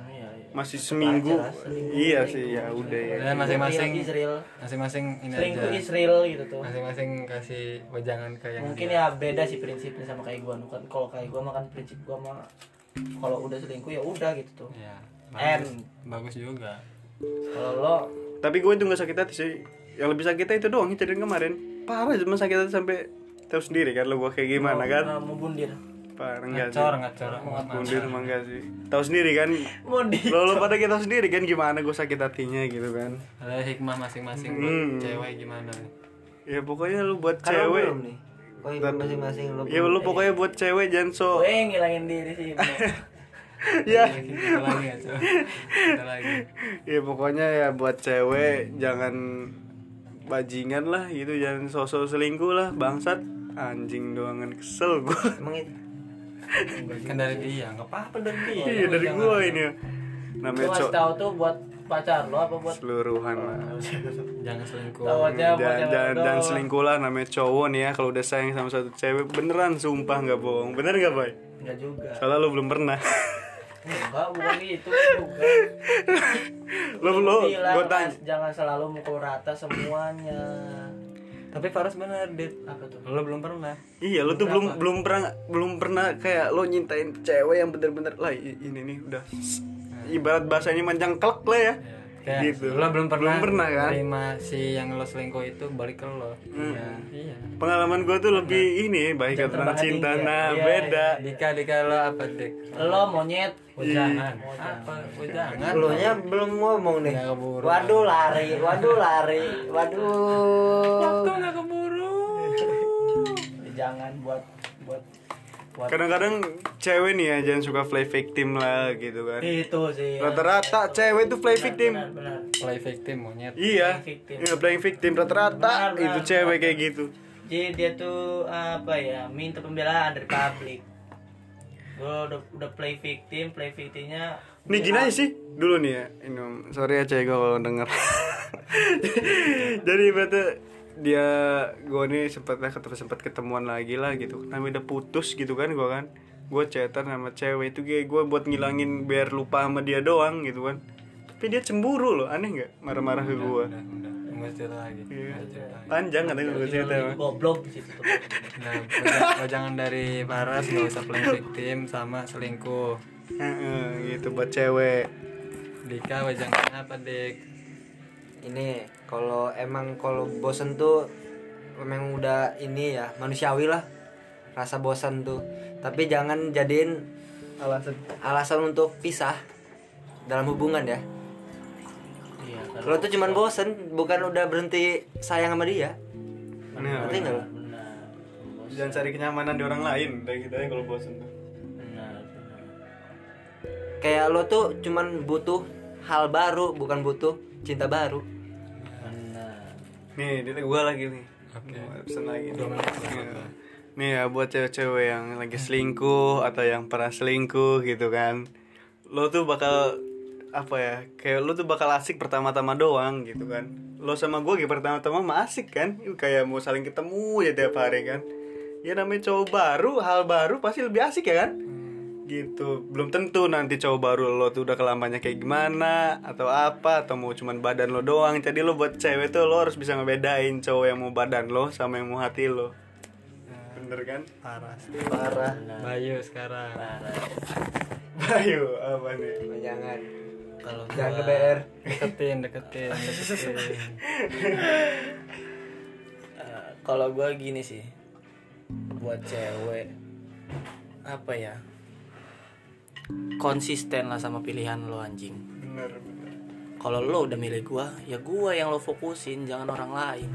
iya, iya.
Masih seminggu.
Pacaran, selingkuh,
Iya
selingkuh,
sih, ya
selingkuh.
udah ya.
Dan masing-masing
Real is real.
masing-masing ini
selingkuh
aja.
Israel gitu tuh
Masing-masing kasih wejangan ke yang
mungkin
dia.
ya beda sih prinsipnya sama kayak gua kan kalau kayak gua makan prinsip gua mah kalau udah selingkuh ya udah gitu tuh
Iya. Bagus,
And-
bagus juga.
kalau lo
Tapi gue itu nggak sakit hati sih. Yang lebih sakit hati itu doang kejadian kemarin. Parah cuma sakit hati sampai tahu sendiri kan lo gua kayak gimana kan.
eh, mau bundir
Parah enggak sih.
Ngacor, ngacor.
Mundur emang enggak sih. Tahu sendiri kan.
bundir
Lo lo pada kita sendiri kan gimana gue sakit hatinya gitu kan.
Ada hikmah masing-masing buat
Hmm.
cewek gimana. nih.
Ya pokoknya lu buat
kan lo belum
cewek.
nih. Oh, iya, masing-masing lo.
Ya
eh,
belum.
lu pokoknya buat cewek jangan so
gue ngilangin diri sih Bro.
ya
kita lagi ya coba kita lagi
ya pokoknya ya buat cewek jangan bajingan lah gitu jangan sosok selingkuh lah bangsat anjing doangan kesel gua
emang itu
kan dari dia nggak apa-apa dari dia
iya
Lu
dari
jangan.
gua ini namanya
Lu
cok
kasih tahu tuh buat pacar lo apa buat
seluruhan lah
jangan selingkuh
tahu aja
jangan,
buat yang
jangan,
doang.
jangan selingkuh lah namanya cowok nih ya kalau udah sayang sama satu cewek beneran sumpah nggak bohong bener nggak boy
Enggak juga.
soalnya lu belum pernah
Enggak, bukan itu juga.
lu lu
Bilang,
gua tanya
Mas, jangan selalu mukul rata semuanya.
tapi Faras benar dit
Apa tuh?
lo belum pernah
Iya, lo tuh belum belum pernah belum pernah kayak lo nyintain cewek yang bener-bener lah i- ini nih udah s- ibarat bahasanya manjang kelek lah ya.
Kayak
Gitu.
lo belum
Belum
pernah
pernah, kan? Hmm.
terima si yang lo selingkuh itu balik ke lo Iya. iya
Pengalaman gue tuh
Nah.
lebih ini baik tentang cinta
ya.
nah
Iya,
beda.
Dika Dika lo apa dik
Lo monyet.
Iya.
Ujangan apa Oh, ujangan
lu nya belum ngomong nih
Nggak keburu.
waduh lari waduh lari waduh
nggak keburu
Jangan buat buat buat
Kadang-kadang cewek nih ya jangan suka play victim lah gitu kan.
itu sih.
Rata-rata cewek tuh play victim.
Iya. Benar, benar.
play victim monyet
Iya,
Playing victim.
iya playing victim rata-rata
Benar,
itu
benar.
cewek kayak gitu.
Jadi dia tuh apa ya minta pembelaan dari publik. Lo udah, udah play victim, play victimnya
Nih gini aja sih dulu nih ya. Ini Om. sorry ya cewek gue kalau denger. Jadi berarti dia gue nih sempat ketemu sempat ketemuan lagi lah gitu. Namanya udah putus gitu kan gue kan. Gue chatan sama cewek itu kayak gue buat ngilangin biar lupa sama dia doang gitu kan. Tapi dia cemburu loh, aneh nggak marah-marah ke gue.
udah udah nggak cerita lagi
Iya.
Nggak cerita lagi.
Panjang katanya gue cerita.
Lu goblok di situ Iya, tuh.
Nah, uja- ujangan dari Faras nggak usah play victim sama selingkuh
Heeh, gitu buat cewek.
Dika ujangan apa dik
ini kalau emang kalau bosen tuh memang udah ini ya manusiawi lah rasa bosan tuh tapi jangan jadiin alasan alasan untuk pisah dalam hubungan ya
Iya, kalau
lo tuh cuman bosen bukan udah berhenti sayang sama dia
Aneh.
ngerti nggak lo
benar.
Jangan cari kenyamanan di orang lain, dari kita aja kalau bosen tuh.
Benar, benar.
kayak lo tuh cuman butuh hal baru bukan butuh cinta baru
Benar.
Nih, dia gue lagi nih.
Oke.
Mau Pesen lagi nih. Iya. Nih ya buat cewek-cewek yang lagi selingkuh atau yang pernah selingkuh gitu kan. Lo tuh bakal apa ya? Kayak lo tuh bakal asik pertama-tama doang gitu kan. Lo sama gue kayak pertama-tama mah asik kan? Kayak mau saling ketemu ya tiap hari kan. Ya namanya cowok baru, hal baru pasti lebih asik ya kan? gitu belum tentu nanti cowok baru lo tuh udah kelamannya kayak gimana atau apa atau mau cuman badan lo doang jadi lo buat cewek tuh lo harus bisa ngebedain cowok yang mau badan lo sama yang mau hati lo bener kan
Faras
parah
Bayu sekarang
bayu apa nih
jangan
kalau
jangan ke BR
deketin deketin deketin
Eh, kalau gue gini sih buat cewek apa ya konsisten lah sama pilihan lo anjing
bener bener
kalau lo udah milih gua ya gua yang lo fokusin jangan orang lain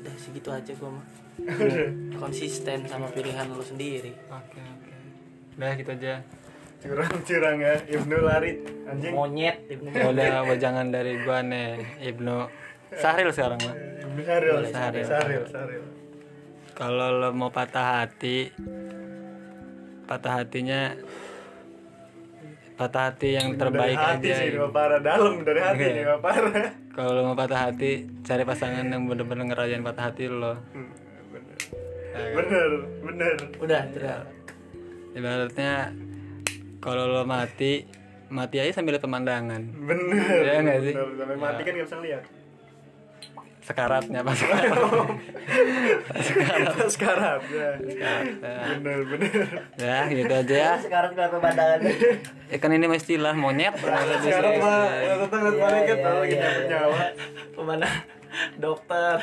udah segitu aja gua mah konsisten sama pilihan lo sendiri
oke oke udah gitu aja
curang curang ya ibnu lari anjing
monyet
udah ujangan dari gua nih Ibnu Sahril sekarang mah
ibnu saril
Saril.
saril saril
kalau lo mau patah hati patah hatinya patah hati yang
dari
terbaik
hati
aja
sih dua parah dalam dari hati nih dua parah
kalau lo mau patah hati cari pasangan yang bener-bener ngerayain patah hati lo
Hmm, bener bener bener
udah udah
ibaratnya kalau lo mati mati aja sambil pemandangan
bener
Iya nggak sih?
Bener, sampai mati kan nggak bisa lihat
sekaratnya pas sekarat.
sekarang
Iya.
ya. bener bener
ya gitu aja ya
sekarang kenapa pandangan
Ya kan ini mah
Nah,
istilah monyet iya.
sekarang mah tetangga mereka tahu kita bernyawa
pemana dokter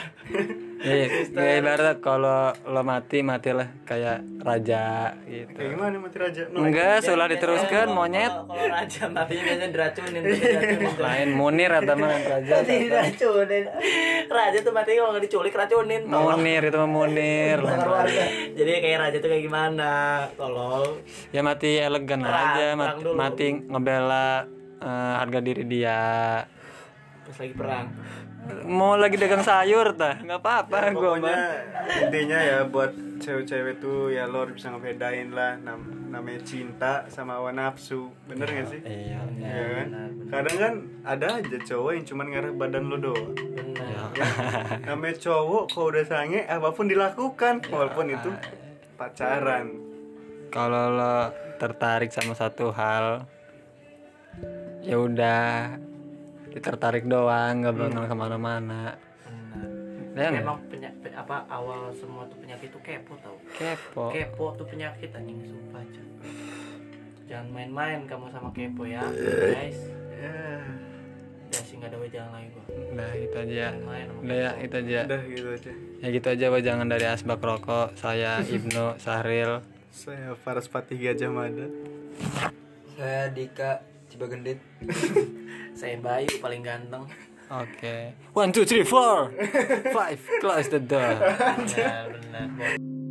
Iya, kayak ibarat kalau lo mati matilah kayak raja gitu.
Kayak gimana mati raja? Melek.
Enggak, sudah diteruskan
Kalau-
monyet
Oh, kalau kalau raja Iya. matinya biasanya diracunin biasanya diracunin.
lain Munir atau mana raja.
diracunin raja tuh matinya kalau nggak diculik racunin tolong
Munir itu mah Munir.
jadi kayak raja tuh kayak gimana tolong
Ya mati elegan
Nah,
aja, mati,
dulu.
mati ngebela eh, harga diri dia.
pas lagi perang
Mau lagi dagang sayur tah? Enggak apa-apa Kan
Ya,
gua
Pokoknya
mah.
intinya ya buat cewek-cewek tuh ya lo harus bisa ngebedain lah nam- namanya cinta sama hawa nafsu. Bener gak sih?
Iya.
Iya kan? Kadang kan ada aja cowok yang cuman ngarep badan lo doang. Ya.
benar
Namanya cowok kalau udah sange apapun dilakukan walaupun itu
Ah, iya.
pacaran.
Kalau lo tertarik sama satu hal ya udah ditertarik
Hmm.
doang, nggak bakal kemana-mana. Ya nggak?
memang penyakit apa awal semua tuh penyakit tuh kepo tau
kepo.
kepo tuh penyakit anjing sumpah cuy jangan main-main kamu sama kepo ya guys ya sih nggak ada jalan lagi gua
Udah Nah, itu aja.
main-main sama
Udah ya
kepo
itu aja.
Udah gitu aja.
Ya gitu aja wajangan dari Asbak Rokok. Saya Ibnu Sahril.
Saya Faras Patih Gajah Mada.
Saya Dika Cibagendit.
saya bayu paling ganteng
Oke. One two three four five close the door.
benar benar